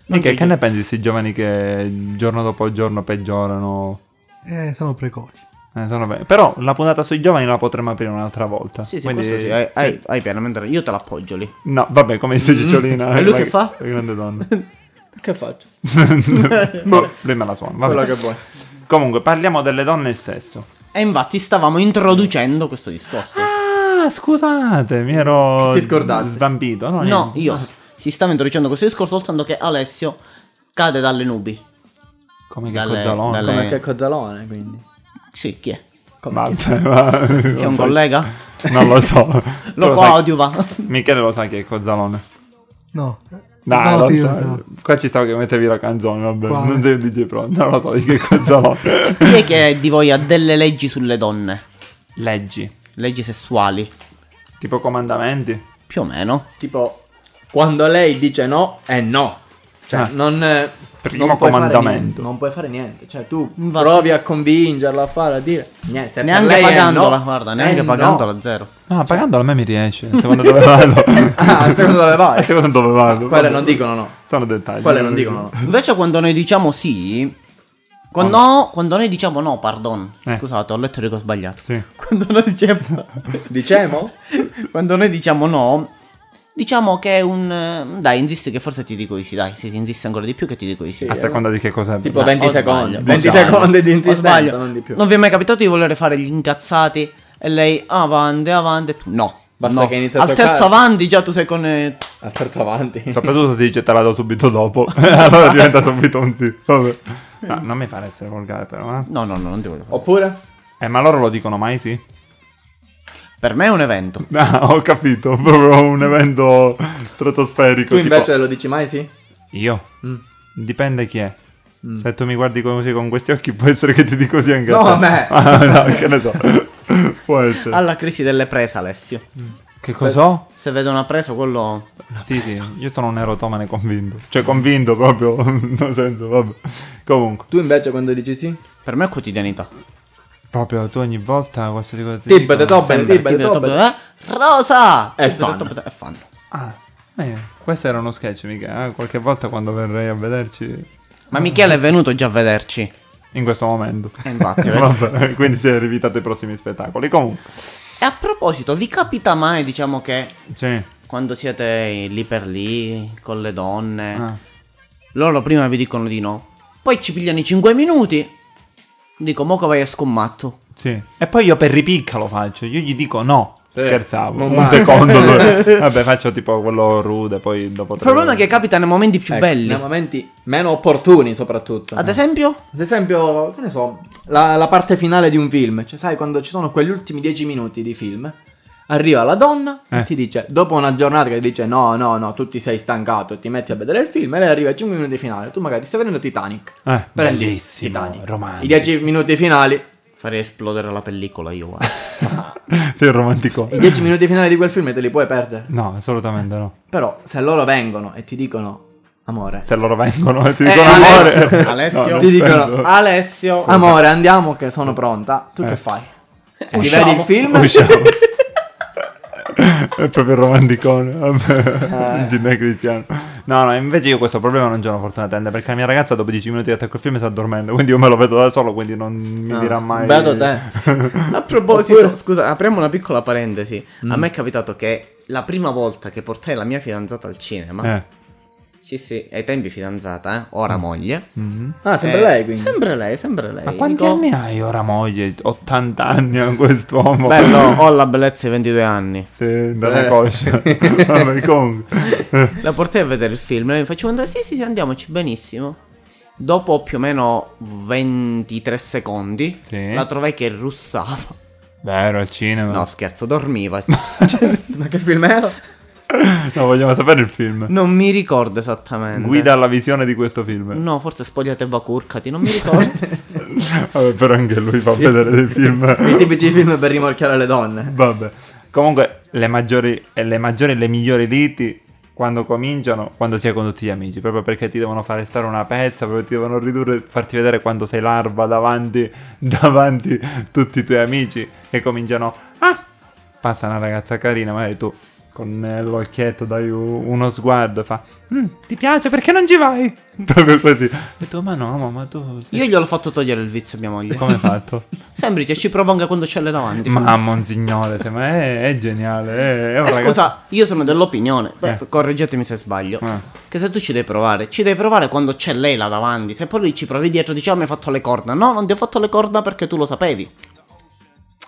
Speaker 2: Non
Speaker 3: Mica,
Speaker 2: c'è
Speaker 3: che ne pensi di questi giovani che giorno dopo giorno peggiorano?
Speaker 1: Eh, sono precoci.
Speaker 3: Eh, sono ve- Però la puntata sui giovani la potremmo aprire un'altra volta.
Speaker 2: Sì, sì,
Speaker 3: Quindi-
Speaker 2: questo sì, Cioè, hai, hai, hai pienamente ragione. Io te l'appoggio lì.
Speaker 3: No, vabbè, come dice Cicciolina.
Speaker 2: Mm. E lui
Speaker 3: la-
Speaker 2: che fa?
Speaker 3: La
Speaker 2: [laughs]
Speaker 3: grande donna. [laughs]
Speaker 4: Che faccio?
Speaker 3: Boh, lui me la suona. vabbè.
Speaker 4: Quello che vuoi.
Speaker 3: Comunque, parliamo delle donne e il sesso.
Speaker 2: E infatti stavamo introducendo questo discorso.
Speaker 3: Ah, scusate, mi ero
Speaker 4: Ti scordaste.
Speaker 3: svampito.
Speaker 2: No,
Speaker 3: No, niente.
Speaker 2: io si stava introducendo questo discorso soltanto che Alessio cade dalle nubi.
Speaker 3: Come che
Speaker 2: Dalle-
Speaker 3: cozzalone.
Speaker 2: dalle-
Speaker 4: Come
Speaker 2: Eh.
Speaker 4: che cozzalone, quindi.
Speaker 2: Sì, chi è?
Speaker 4: Come chi?
Speaker 3: Vabbè, ma...
Speaker 2: Che è un collega?
Speaker 3: Non lo so. Tu
Speaker 2: [laughs] Lo
Speaker 3: sai-
Speaker 2: coadiuva. [laughs]
Speaker 3: Michele lo sa che è cozzalone.
Speaker 1: No,
Speaker 3: Nah,
Speaker 1: No,
Speaker 3: lo
Speaker 1: sì,
Speaker 3: so.
Speaker 1: lo so.
Speaker 3: Qua ci stava che mettevi la canzone, vabbè.
Speaker 1: Quale?
Speaker 3: Non sei un DJ pro, non lo so di che canzone.
Speaker 2: Chi è che di voi ha delle leggi sulle donne?
Speaker 3: [laughs] Leggi.
Speaker 2: Leggi sessuali,
Speaker 3: Tipo comandamenti.
Speaker 2: più o meno.
Speaker 4: Tipo, quando lei dice no, è no. Cioè,
Speaker 3: Ah.
Speaker 4: non. eh,
Speaker 3: Primo
Speaker 4: non puoi fare
Speaker 3: comandamento.
Speaker 4: niente, non puoi fare niente. Cioè, tu
Speaker 2: Infatti.
Speaker 4: provi a convincerla a fare, a dire. Niente, se per
Speaker 2: Neanche
Speaker 4: lei è
Speaker 2: pagandola,
Speaker 4: no,
Speaker 2: guarda, neanche
Speaker 4: è no.
Speaker 2: pagandola, zero.
Speaker 3: No, pagando a me mi [laughs] riesce. Secondo dove vado.
Speaker 4: [laughs] Ah, secondo
Speaker 2: [laughs]
Speaker 4: dove vai?
Speaker 3: Secondo dove vado.
Speaker 4: Quelle
Speaker 3: vabbè.
Speaker 4: non dicono no.
Speaker 3: Sono dettagli.
Speaker 4: Quelle non dicono no.
Speaker 2: Invece quando noi diciamo sì, quando, no, quando noi diciamo no, pardon,
Speaker 3: Eh.
Speaker 2: scusate, ho letto che ho sbagliato. [laughs]
Speaker 3: Sì.
Speaker 2: Quando noi diciamo,
Speaker 4: [laughs] Diciamo?
Speaker 2: [laughs] quando noi diciamo no, diciamo che è un... eh, Dai, insisti che forse ti dico di sì, dai, se ti insisti ancora di più che ti dico di sì.
Speaker 3: A seconda di che cos'è.
Speaker 4: Tipo
Speaker 2: No,
Speaker 4: 20
Speaker 2: o
Speaker 4: secondi.
Speaker 2: sbaglio, o
Speaker 4: 20
Speaker 2: sbaglio,
Speaker 4: secondi di
Speaker 2: o
Speaker 4: insistenza,
Speaker 2: sbaglio.
Speaker 4: non di più.
Speaker 2: Non vi è mai capitato di voler fare gli incazzati e lei avanti, avanti e tu no.
Speaker 4: Basta
Speaker 2: no.
Speaker 4: che inizi a
Speaker 2: Al
Speaker 4: toccare.
Speaker 2: terzo avanti già tu sei con... eh,
Speaker 4: Al terzo avanti.
Speaker 3: Soprattutto se dice te la do subito dopo. [laughs] allora diventa subito un sì. Vabbè. No, non mi fa essere volgare però, eh.
Speaker 2: No, no, no, non ti voglio fare.
Speaker 4: Oppure?
Speaker 3: Eh, ma loro lo dicono mai [laughs] sì?
Speaker 2: Per me è un evento.
Speaker 3: Ah, ho capito. Proprio un evento stratosferico.
Speaker 4: Tu
Speaker 3: tipo-
Speaker 4: invece lo dici mai sì?
Speaker 3: Io?
Speaker 4: Mm.
Speaker 3: Dipende chi è.
Speaker 4: Mm.
Speaker 3: Se tu mi guardi così con questi occhi, può essere che ti dico così anche
Speaker 4: No,
Speaker 3: a te.
Speaker 4: a
Speaker 3: [laughs]
Speaker 4: me.
Speaker 3: Ah, no, che ne so. può essere.
Speaker 2: Alla crisi delle prese, Alessio.
Speaker 3: Che cos'ho?
Speaker 2: Se vedo una presa, quello.
Speaker 3: Sì, sì, io sono un erotomane convinto. Cioè, convinto proprio, [laughs] nel senso, vabbè. Comunque.
Speaker 4: Tu invece quando dici sì?
Speaker 2: Per me è quotidianità.
Speaker 3: Proprio tu ogni volta qualsiasi cosa ti
Speaker 4: Tibet,
Speaker 3: dico-
Speaker 4: Tobbe,
Speaker 2: Sembra
Speaker 4: Tibet,
Speaker 2: tipo,
Speaker 4: Tobbe.
Speaker 2: eh, Rosa!
Speaker 4: È
Speaker 2: Tipo,
Speaker 4: fan.
Speaker 2: top- top- È fan.
Speaker 3: Ah, eh, questo era uno sketch, mica. eh. Qualche volta quando verrai a vederci...
Speaker 2: Ma Michele è venuto già a vederci.
Speaker 3: In questo momento.
Speaker 2: Eh,
Speaker 3: [laughs]
Speaker 2: infatti, vedi.
Speaker 3: vabbè, quindi si è rivitato ai prossimi spettacoli. Comunque,
Speaker 2: E a proposito, vi capita mai, diciamo che
Speaker 3: sì.
Speaker 2: quando siete lì per lì, con le donne,
Speaker 3: Ah.
Speaker 2: loro prima vi dicono di no, poi ci pigliano i 5 minuti. Dico, mo che vai a scommatto.
Speaker 3: Sì. E poi io per ripicca lo faccio, io gli dico no.
Speaker 4: Sì.
Speaker 3: Scherzavo,
Speaker 4: Non
Speaker 3: un
Speaker 4: male. [laughs]
Speaker 3: secondo. due. Vabbè, faccio tipo quello rude, poi dopo
Speaker 2: Il problema è che capita nei momenti più
Speaker 4: Ecco,
Speaker 2: belli.
Speaker 4: Nei momenti meno opportuni soprattutto.
Speaker 2: Ad esempio,
Speaker 4: Ad esempio, che ne so, la, la parte finale di un film, cioè sai quando ci sono quegli ultimi dieci minuti di film, arriva la donna
Speaker 3: Eh.
Speaker 4: e ti dice, dopo una giornata che ti dice no, no, no, tu ti sei stancato e ti metti a vedere il film e lei arriva ai 5 minuti finali, tu magari ti stai vedendo Titanic.
Speaker 3: Eh,
Speaker 4: Prendi
Speaker 3: bellissimo,
Speaker 4: Titanic.
Speaker 3: romantico.
Speaker 4: I
Speaker 3: [laughs]
Speaker 4: 10 minuti finali,
Speaker 2: farei esplodere la pellicola io. guarda.
Speaker 3: Sei romantico.
Speaker 4: i 10 minuti finali di quel film te li puoi perdere.
Speaker 3: No, assolutamente no.
Speaker 4: Però se loro vengono e ti dicono, amore,
Speaker 3: Se loro vengono e ti
Speaker 2: Eh,
Speaker 3: dicono [laughs]
Speaker 2: Alessio,
Speaker 3: amore.
Speaker 2: Alessio.
Speaker 3: nel
Speaker 4: Ti dicono, "Ah,
Speaker 3: senso,
Speaker 2: Alessio,
Speaker 4: amore andiamo che sono pronta, tu
Speaker 3: Eh.
Speaker 4: che fai? Ti
Speaker 2: Usciamo.
Speaker 4: vedi il film?
Speaker 3: usciamo. [laughs]
Speaker 4: [laughs]
Speaker 3: È proprio il romanticone. Vabbè.
Speaker 4: Eh.
Speaker 3: Ginnè Cristiano. No, no, invece io questo problema non ce l'ho fortunatamente perché la mia ragazza dopo 10 minuti di attacco al film si addormenta, quindi io me lo vedo da solo, quindi non mi
Speaker 4: Ah,
Speaker 3: dirà mai [laughs]
Speaker 4: beato te.
Speaker 2: [laughs] A proposito,
Speaker 4: Oppure- Mm.
Speaker 2: scusa, apriamo una piccola parentesi. A me è capitato che la prima volta che portai la mia fidanzata al cinema,
Speaker 3: Eh.
Speaker 2: sì, sì, ai tempi fidanzata, eh, ora moglie.
Speaker 3: Mhm.
Speaker 4: Mm. Ah, sempre
Speaker 2: eh,
Speaker 4: lei quindi.
Speaker 2: Sempre lei, sempre lei.
Speaker 3: Ma quanti
Speaker 2: Dico,
Speaker 3: anni hai ora moglie? 80 anni a quest'uomo.
Speaker 2: Bello, ho la bellezza di 22 anni.
Speaker 3: Se dalla
Speaker 4: Eh.
Speaker 3: coscia. [laughs] Vabbè, comunque.
Speaker 2: La portai a vedere il film e mi facevo andare, sì, sì, sì, andiamoci, benissimo. Dopo più o meno 23 secondi,
Speaker 3: Sì. Ah.
Speaker 2: la trovai che russava.
Speaker 3: Vero, al cinema.
Speaker 2: No,
Speaker 3: No.
Speaker 2: scherzo,
Speaker 3: [laughs]
Speaker 2: dormiva.
Speaker 4: Ma che film era?
Speaker 3: vogliamo sapere il film.
Speaker 2: non mi ricordo esattamente.
Speaker 3: Guida alla visione di questo film.
Speaker 2: No, forse spogliate e vacurcati, non mi
Speaker 3: [laughs]
Speaker 2: ricordo.
Speaker 3: Vabbè, però anche lui fa vedere dei
Speaker 4: I [laughs]
Speaker 3: film.
Speaker 4: tipici film per rimorchiare le donne.
Speaker 3: Vabbè. Comunque, le maggiori e le maggiori e le migliori liti quando cominciano, quando si è con tutti gli amici, proprio perché ti devono fare stare una pezza, proprio ti devono ridurre, farti vedere quando sei larva davanti, [laughs] davanti tutti i tuoi amici che cominciano, ah, passa una ragazza carina, magari tu con eh, l'occhietto dai u- uno sguardo e fa, "Mm, ti piace perché non ci vai? [laughs] Proprio così. E tu, ma no, ma- ma tu... sei-
Speaker 2: Io gliel'ho fatto togliere il vizio a mia moglie.
Speaker 3: Come
Speaker 2: [laughs]
Speaker 3: hai fatto?
Speaker 2: Semplice, ci provo anche quando c'è le davanti.
Speaker 3: Ma monsignore, se- ma è, è geniale. È, è un
Speaker 2: Eh,
Speaker 3: ragazzo-
Speaker 2: scusa, io sono dell'opinione, beh,
Speaker 3: Eh.
Speaker 2: correggetemi se sbaglio,
Speaker 3: Eh.
Speaker 2: che se tu ci devi provare, ci devi provare quando c'è lei là davanti, se poi lui ci provi dietro dici "Ah, mi hai fatto le corna, no, non ti ho fatto le corna perché tu lo sapevi.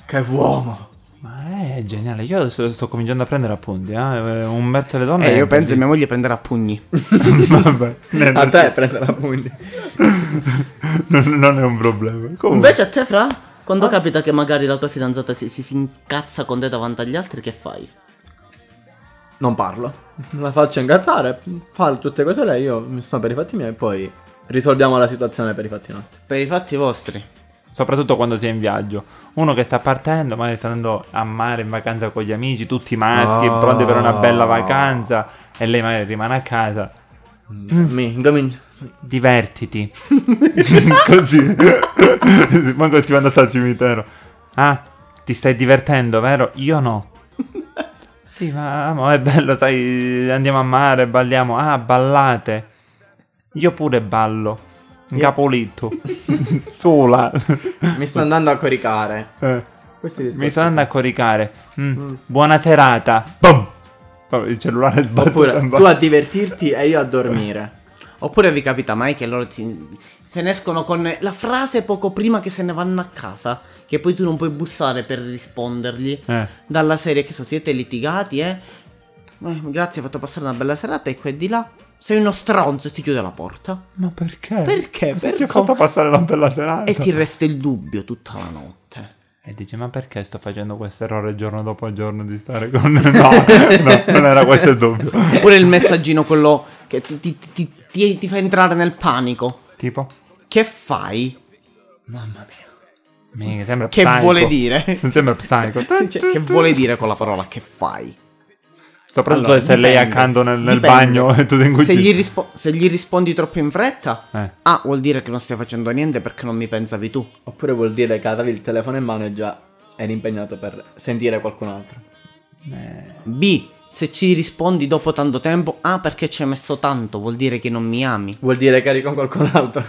Speaker 4: Che uomo.
Speaker 3: Ma è geniale. Io sto, sto cominciando a prendere appunti. Eh? Umberto e le donne.
Speaker 2: E Eh, io penso che mia moglie prenderà a pugni.
Speaker 3: [laughs] Vabbè, niente,
Speaker 4: A te prendere appunti.
Speaker 3: [laughs] non, non è un problema. Comunque,
Speaker 2: Invece a te, Fra, quando capita che magari la tua fidanzata si, si- si incazza con te davanti agli altri, che fai?
Speaker 4: non parlo. La faccio incazzare, fa tutte cose lei, io mi sto per i fatti miei e poi risolviamo la situazione per i fatti nostri.
Speaker 2: Per i fatti vostri.
Speaker 3: Soprattutto quando si è in viaggio. Uno che sta partendo, magari sta andando a mare in vacanza con gli amici, tutti maschi,
Speaker 4: Ah.
Speaker 3: pronti per una bella vacanza. E lei magari rimane a casa. Mm.
Speaker 4: Mi
Speaker 3: [laughs]
Speaker 4: incomincio.
Speaker 3: Divertiti. [laughs] Così. Manco ti manda al cimitero. Ah, ti stai divertendo, vero? Io no. Sì, ma mo è bello, sai, andiamo a mare, balliamo. Ah, ballate. Io pure ballo. In capolito. [laughs] Sola.
Speaker 4: Mi sto andando a coricare.
Speaker 3: Eh.
Speaker 4: Questi discorsi.
Speaker 3: Mi sono andato a coricare. Mm, Buona serata. Boom. Vabbè, il cellulare sbatte.
Speaker 4: [laughs] Oppure tu a divertirti e io a [laughs] dormire.
Speaker 2: Oppure vi capita mai che loro ti- se ne escono con la frase poco prima che se ne vanno a casa, che poi tu non puoi bussare per rispondergli.
Speaker 3: Eh.
Speaker 2: Dalla serie che so, siete litigati, eh? Eh, grazie, hai fatto passare una bella serata e qua e di là. Sei uno stronzo e ti chiude la porta.
Speaker 3: Ma perché?
Speaker 2: Perché?
Speaker 3: Cosa ti
Speaker 2: Per
Speaker 3: ho fatto
Speaker 2: com-
Speaker 3: passare una bella serata.
Speaker 2: E ti resta il dubbio tutta la notte.
Speaker 3: E dici, ma perché sto facendo questo errore giorno dopo giorno di stare con... [laughs] No, no, non era questo il dubbio.
Speaker 2: Oppure il messaggino quello che ti, ti- ti- ti- ti fa entrare nel panico.
Speaker 3: Tipo?
Speaker 2: Che fai?
Speaker 3: Mamma mia. Mica, sembra
Speaker 2: Che
Speaker 3: psycho.
Speaker 2: vuole dire?
Speaker 3: Sembra psycho.
Speaker 2: [laughs] Cioè, che vuole dire con la parola che fai?
Speaker 3: Soprattutto
Speaker 2: Allora,
Speaker 3: se lei è
Speaker 2: dipende.
Speaker 3: accanto nel, nel
Speaker 2: Dipende.
Speaker 3: bagno e tu sei in
Speaker 2: Se gli,
Speaker 3: cucina.
Speaker 2: rispo- se gli rispondi troppo in fretta,
Speaker 3: Eh.
Speaker 2: ah, vuol dire che non stai facendo niente perché non mi pensavi tu.
Speaker 4: Oppure vuol dire che avevi il telefono in mano e già eri impegnato per sentire qualcun altro.
Speaker 2: B. Se ci rispondi dopo tanto tempo, ah, perché ci hai messo tanto, vuol dire che non mi ami.
Speaker 4: Vuol dire che eri con qualcun [laughs] altro.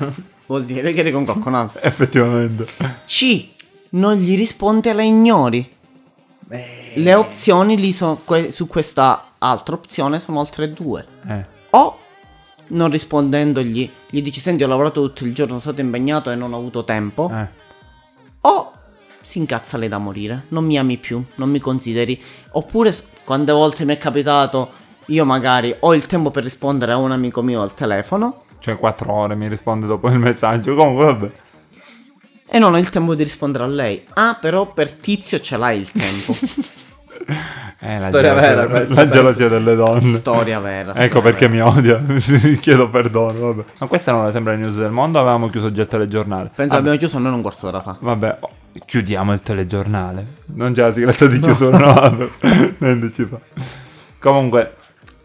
Speaker 2: Vuol dire che eri con qualcun
Speaker 3: [laughs]
Speaker 2: altro.
Speaker 3: Effettivamente.
Speaker 2: C. Non gli rispondi e la ignori. Le opzioni lì sono que- su questa altra opzione sono altre due.
Speaker 3: Eh.
Speaker 2: O non rispondendogli, gli dici senti ho lavorato tutto il giorno, sono stato impegnato e non ho avuto tempo.
Speaker 3: Eh.
Speaker 2: O si incazza lei da morire, non mi ami più, non mi consideri. Oppure s- quante volte mi è capitato, io magari ho il tempo per rispondere a un amico mio al telefono
Speaker 3: Cioè, quattro ore mi risponde dopo il messaggio. Comunque, vabbè.
Speaker 2: e non ho il tempo di rispondere a lei. Ah, però per tizio ce l'hai il
Speaker 3: [laughs]
Speaker 2: tempo.
Speaker 3: Eh,
Speaker 4: Storia
Speaker 3: gelosia-
Speaker 4: vera questa,
Speaker 3: La
Speaker 4: penso.
Speaker 3: gelosia delle donne.
Speaker 2: Storia vera.
Speaker 3: Ecco perché mi odia. [laughs] Chiedo perdono. Vabbè. Ma questa non era sempre la news del mondo. Avevamo chiuso già il telegiornale.
Speaker 2: Penso
Speaker 3: Ah,
Speaker 2: abbiamo chiuso almeno un quarto d'ora fa.
Speaker 3: Vabbè, oh, chiudiamo il telegiornale. Non c'è la sigletta di chiusura, no,
Speaker 2: [laughs]
Speaker 3: vabbè. Niente ci fa. Comunque,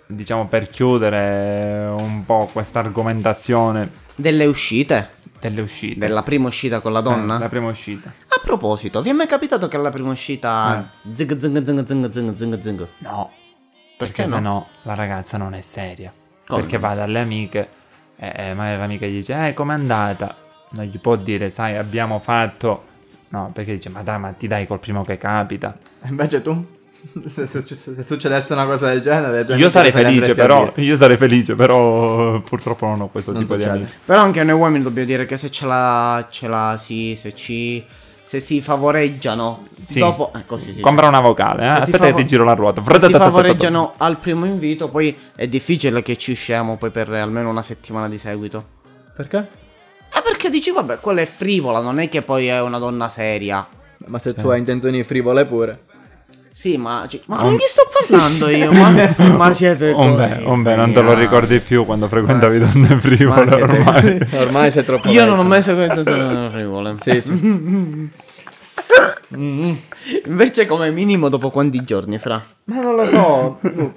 Speaker 3: diciamo per chiudere un po' questa argomentazione
Speaker 2: Delle uscite?
Speaker 3: delle uscite.
Speaker 2: Della prima uscita con la donna?
Speaker 3: Eh, la prima uscita.
Speaker 2: A proposito, vi è mai capitato che alla prima uscita
Speaker 3: Eh.
Speaker 2: zing zing zing zing zing zing zing?
Speaker 3: No,
Speaker 2: Perché
Speaker 3: perché,
Speaker 2: no?
Speaker 3: sennò la ragazza non è seria.
Speaker 2: Come
Speaker 3: perché
Speaker 2: no?
Speaker 3: va dalle amiche e e magari l'amica gli dice, eh, com'è andata? Non gli può dire, sai, abbiamo fatto... No, perché dice, ma dai, ma ti dai col primo che capita.
Speaker 4: E invece tu? [laughs] Se, se- se succedesse una cosa del genere, tu
Speaker 3: Io sarei
Speaker 4: andresti
Speaker 3: felice,
Speaker 4: a
Speaker 3: però.
Speaker 4: dire.
Speaker 3: Io sarei felice, però. eh, Purtroppo non ho questo
Speaker 4: Non
Speaker 3: tipo di
Speaker 4: succede.
Speaker 3: amici.
Speaker 2: Però anche noi uomini dobbiamo dire che se ce la, ce la, sì, se ci, se si favoreggiano
Speaker 3: ecco, Sì.
Speaker 2: dopo, eh, così si
Speaker 3: Compra una vocale, eh?
Speaker 2: dice. Se si
Speaker 3: Aspetta, che
Speaker 2: favo-
Speaker 3: ti giro la ruota.
Speaker 2: se Si favoreggiano al primo invito, poi è difficile che ci usciamo poi per almeno una settimana di seguito.
Speaker 4: Perché?
Speaker 2: Eh, perché dici, vabbè, quella è frivola, non è che poi è una donna seria.
Speaker 4: Ma se
Speaker 3: Cioè.
Speaker 4: tu hai intenzioni frivole pure.
Speaker 2: Sì, ma, ci- ma
Speaker 3: Ah,
Speaker 2: con
Speaker 3: un-
Speaker 2: chi sto parlando io?
Speaker 3: [laughs]
Speaker 2: Ma, ma siete così.
Speaker 3: Ombe, ombe, non te lo
Speaker 2: fregati.
Speaker 3: ricordi più quando frequentavi
Speaker 2: Ma sì.
Speaker 3: donne frivole
Speaker 2: Ma siete-
Speaker 3: ormai.
Speaker 4: Ormai sei troppo
Speaker 2: Io non
Speaker 4: vecchio.
Speaker 2: ho mai seguito Antonio Frivole.
Speaker 4: Sì, sì. [laughs]
Speaker 2: Invece, come minimo, dopo quanti giorni, fra?
Speaker 4: Ma non lo so. [laughs]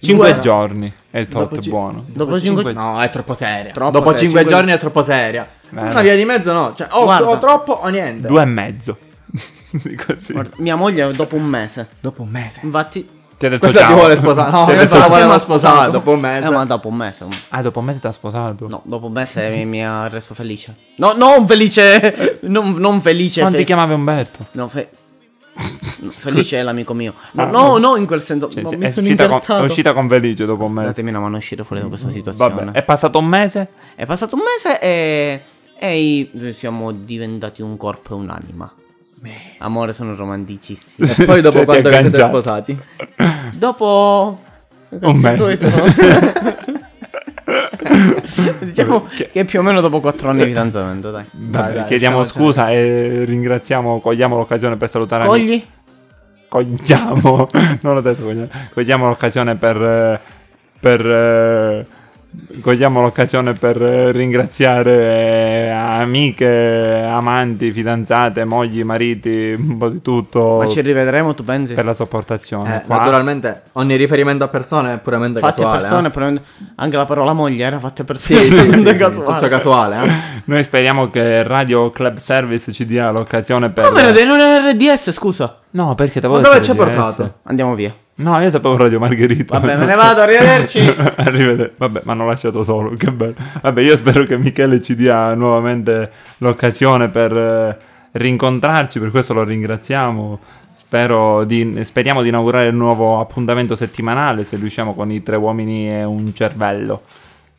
Speaker 3: Cinque
Speaker 4: Due-
Speaker 3: giorni è il tot
Speaker 4: Dopo ci-
Speaker 3: buono.
Speaker 2: Dopo cinque giorni.
Speaker 4: No, è troppo seria.
Speaker 2: Troppo
Speaker 4: Dopo
Speaker 2: seria,
Speaker 4: 5
Speaker 2: cinque-
Speaker 4: giorni è troppo seria.
Speaker 3: Bene.
Speaker 4: Una via di mezzo no. Cioè, o,
Speaker 2: Guarda.
Speaker 4: o troppo o niente.
Speaker 3: Due e mezzo. [laughs] Sì, Così.
Speaker 2: Guarda, mia moglie dopo un mese.
Speaker 4: Dopo un mese.
Speaker 2: Infatti.
Speaker 3: Ti ha detto
Speaker 4: Questa
Speaker 3: ciao.
Speaker 4: ti vuole sposare. No,
Speaker 3: Ti ha
Speaker 4: questa
Speaker 3: detto-
Speaker 4: la voleva
Speaker 2: ma-
Speaker 4: sposare dopo un mese.
Speaker 2: Eh, ma dopo un mese.
Speaker 3: Ah, dopo un mese ti ha sposato?
Speaker 2: No, dopo un mese mi, mi ha reso felice. No, non felice. [laughs] Non, non felice.
Speaker 3: Non ti
Speaker 2: fe-
Speaker 3: chiamavi Umberto?
Speaker 2: No,
Speaker 3: [laughs]
Speaker 2: fe- no, felice è l'amico mio. No, no, no, in quel senso.
Speaker 3: Cioè,
Speaker 2: ma
Speaker 3: Ah, sì,
Speaker 2: mi
Speaker 3: è,
Speaker 2: sono
Speaker 3: uscita con, è
Speaker 2: incartato.
Speaker 3: uscita con Felice dopo un mese.
Speaker 2: Datemi una mano a uscire fuori da questa situazione.
Speaker 3: Vabbè, è passato un mese?
Speaker 2: È passato un mese e. E i- siamo diventati un corpo e un'anima. [laughs] Amore, sono romanticissimo.
Speaker 4: E poi dopo
Speaker 3: Cioè, ti
Speaker 4: quanto vi siete
Speaker 3: agganciato.
Speaker 4: sposati?
Speaker 2: Dopo.
Speaker 3: Un mese.
Speaker 4: [laughs]
Speaker 2: diciamo che più o meno dopo 4 anni di fidanzamento, dai.
Speaker 3: Vabbè,
Speaker 4: dai,
Speaker 3: chiediamo
Speaker 4: diciamo,
Speaker 3: scusa e ringraziamo, cogliamo l'occasione per salutare
Speaker 2: Cogli?
Speaker 3: cogliamo, [laughs] non ho detto cogliamo, cogliamo l'occasione per, eh, per eh, cogliamo l'occasione per eh, ringraziare eh, amiche, amanti, fidanzate, mogli, mariti, un po' di tutto
Speaker 2: Ma
Speaker 4: Oh.
Speaker 2: ci rivedremo, tu pensi?
Speaker 3: per la sopportazione.
Speaker 4: Eh,
Speaker 3: Qua-
Speaker 4: naturalmente ogni riferimento a persone è puramente
Speaker 2: Fatti a
Speaker 4: casuale.
Speaker 2: persone,
Speaker 4: eh.
Speaker 2: probabilmente- anche la parola moglie era fatta per [laughs]
Speaker 4: Sì, sì, sì, sì, sì, tutto casuale. eh.
Speaker 3: Noi speriamo che Radio Club Service ci dia l'occasione per
Speaker 2: Come era? Non era RDS, scusa.
Speaker 3: No, perché
Speaker 4: Ma
Speaker 3: t'avevo
Speaker 4: dove ci
Speaker 3: detto
Speaker 4: hai
Speaker 3: RDS.
Speaker 4: portato?
Speaker 2: Andiamo via.
Speaker 3: No, io sapevo Radio Margherita.
Speaker 2: Vabbè, me ne vado, arrivederci.
Speaker 3: [laughs] Arrivederci. Vabbè, mi hanno lasciato solo. Che bello. Vabbè, io spero che Michele ci dia nuovamente l'occasione per eh, rincontrarci. Per questo lo ringraziamo. Spero di- speriamo di inaugurare il nuovo appuntamento settimanale. Se riusciamo con i tre uomini e un cervello.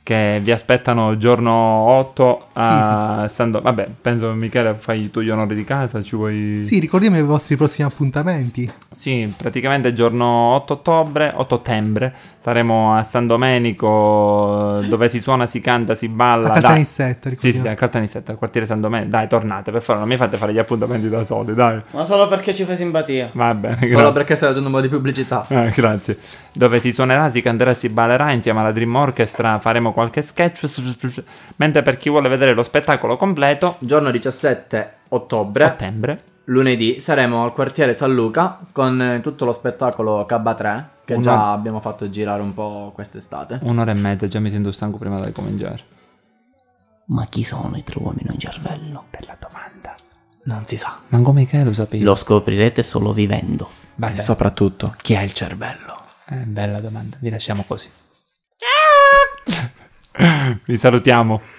Speaker 3: Che vi aspettano giorno 8 a Sando- Vabbè, penso Michele fai tu gli onori di casa. Ci vuoi.
Speaker 1: Sì, ricordiamo i vostri prossimi appuntamenti.
Speaker 3: Sì, praticamente giorno 8 ottobre, 8 ottobre, saremo a San Domenico eh, dove si suona, si canta, si balla.
Speaker 1: A
Speaker 3: dai.
Speaker 1: Caltanissetta,
Speaker 3: Sì,
Speaker 1: ricordiamo.
Speaker 3: sì, a Caltanissetta, al quartiere San Domenico. Dai, tornate, per favore, non mi fate fare gli appuntamenti da soli, dai.
Speaker 2: Ma solo perché ci fai simpatia.
Speaker 3: Va bene,
Speaker 4: Solo
Speaker 3: grazie.
Speaker 4: perché stai dando un po' di pubblicità.
Speaker 3: Ah, grazie. Dove si suonerà, si canterà, si ballerà insieme alla Dream Orchestra, faremo qualche sketch. Mentre per chi vuole vedere lo spettacolo completo,
Speaker 4: Giorno 17 ottobre,
Speaker 3: ottobre,
Speaker 4: lunedì, saremo al quartiere San Luca con eh, tutto lo spettacolo Cabba 3 che
Speaker 3: Una-
Speaker 4: già abbiamo fatto girare un po' quest'estate.
Speaker 3: un'ora e mezza, già mi sento stanco prima di cominciare.
Speaker 2: Ma chi sono i tre uomini in cervello?
Speaker 3: Bella domanda.
Speaker 4: Non si sa.
Speaker 3: Ma come che lo sapevi?
Speaker 2: Lo scoprirete solo vivendo.
Speaker 3: Vabbè.
Speaker 4: E soprattutto, chi ha il cervello?
Speaker 3: Eh,
Speaker 4: [laughs]
Speaker 3: bella domanda, vi lasciamo così. Vi salutiamo.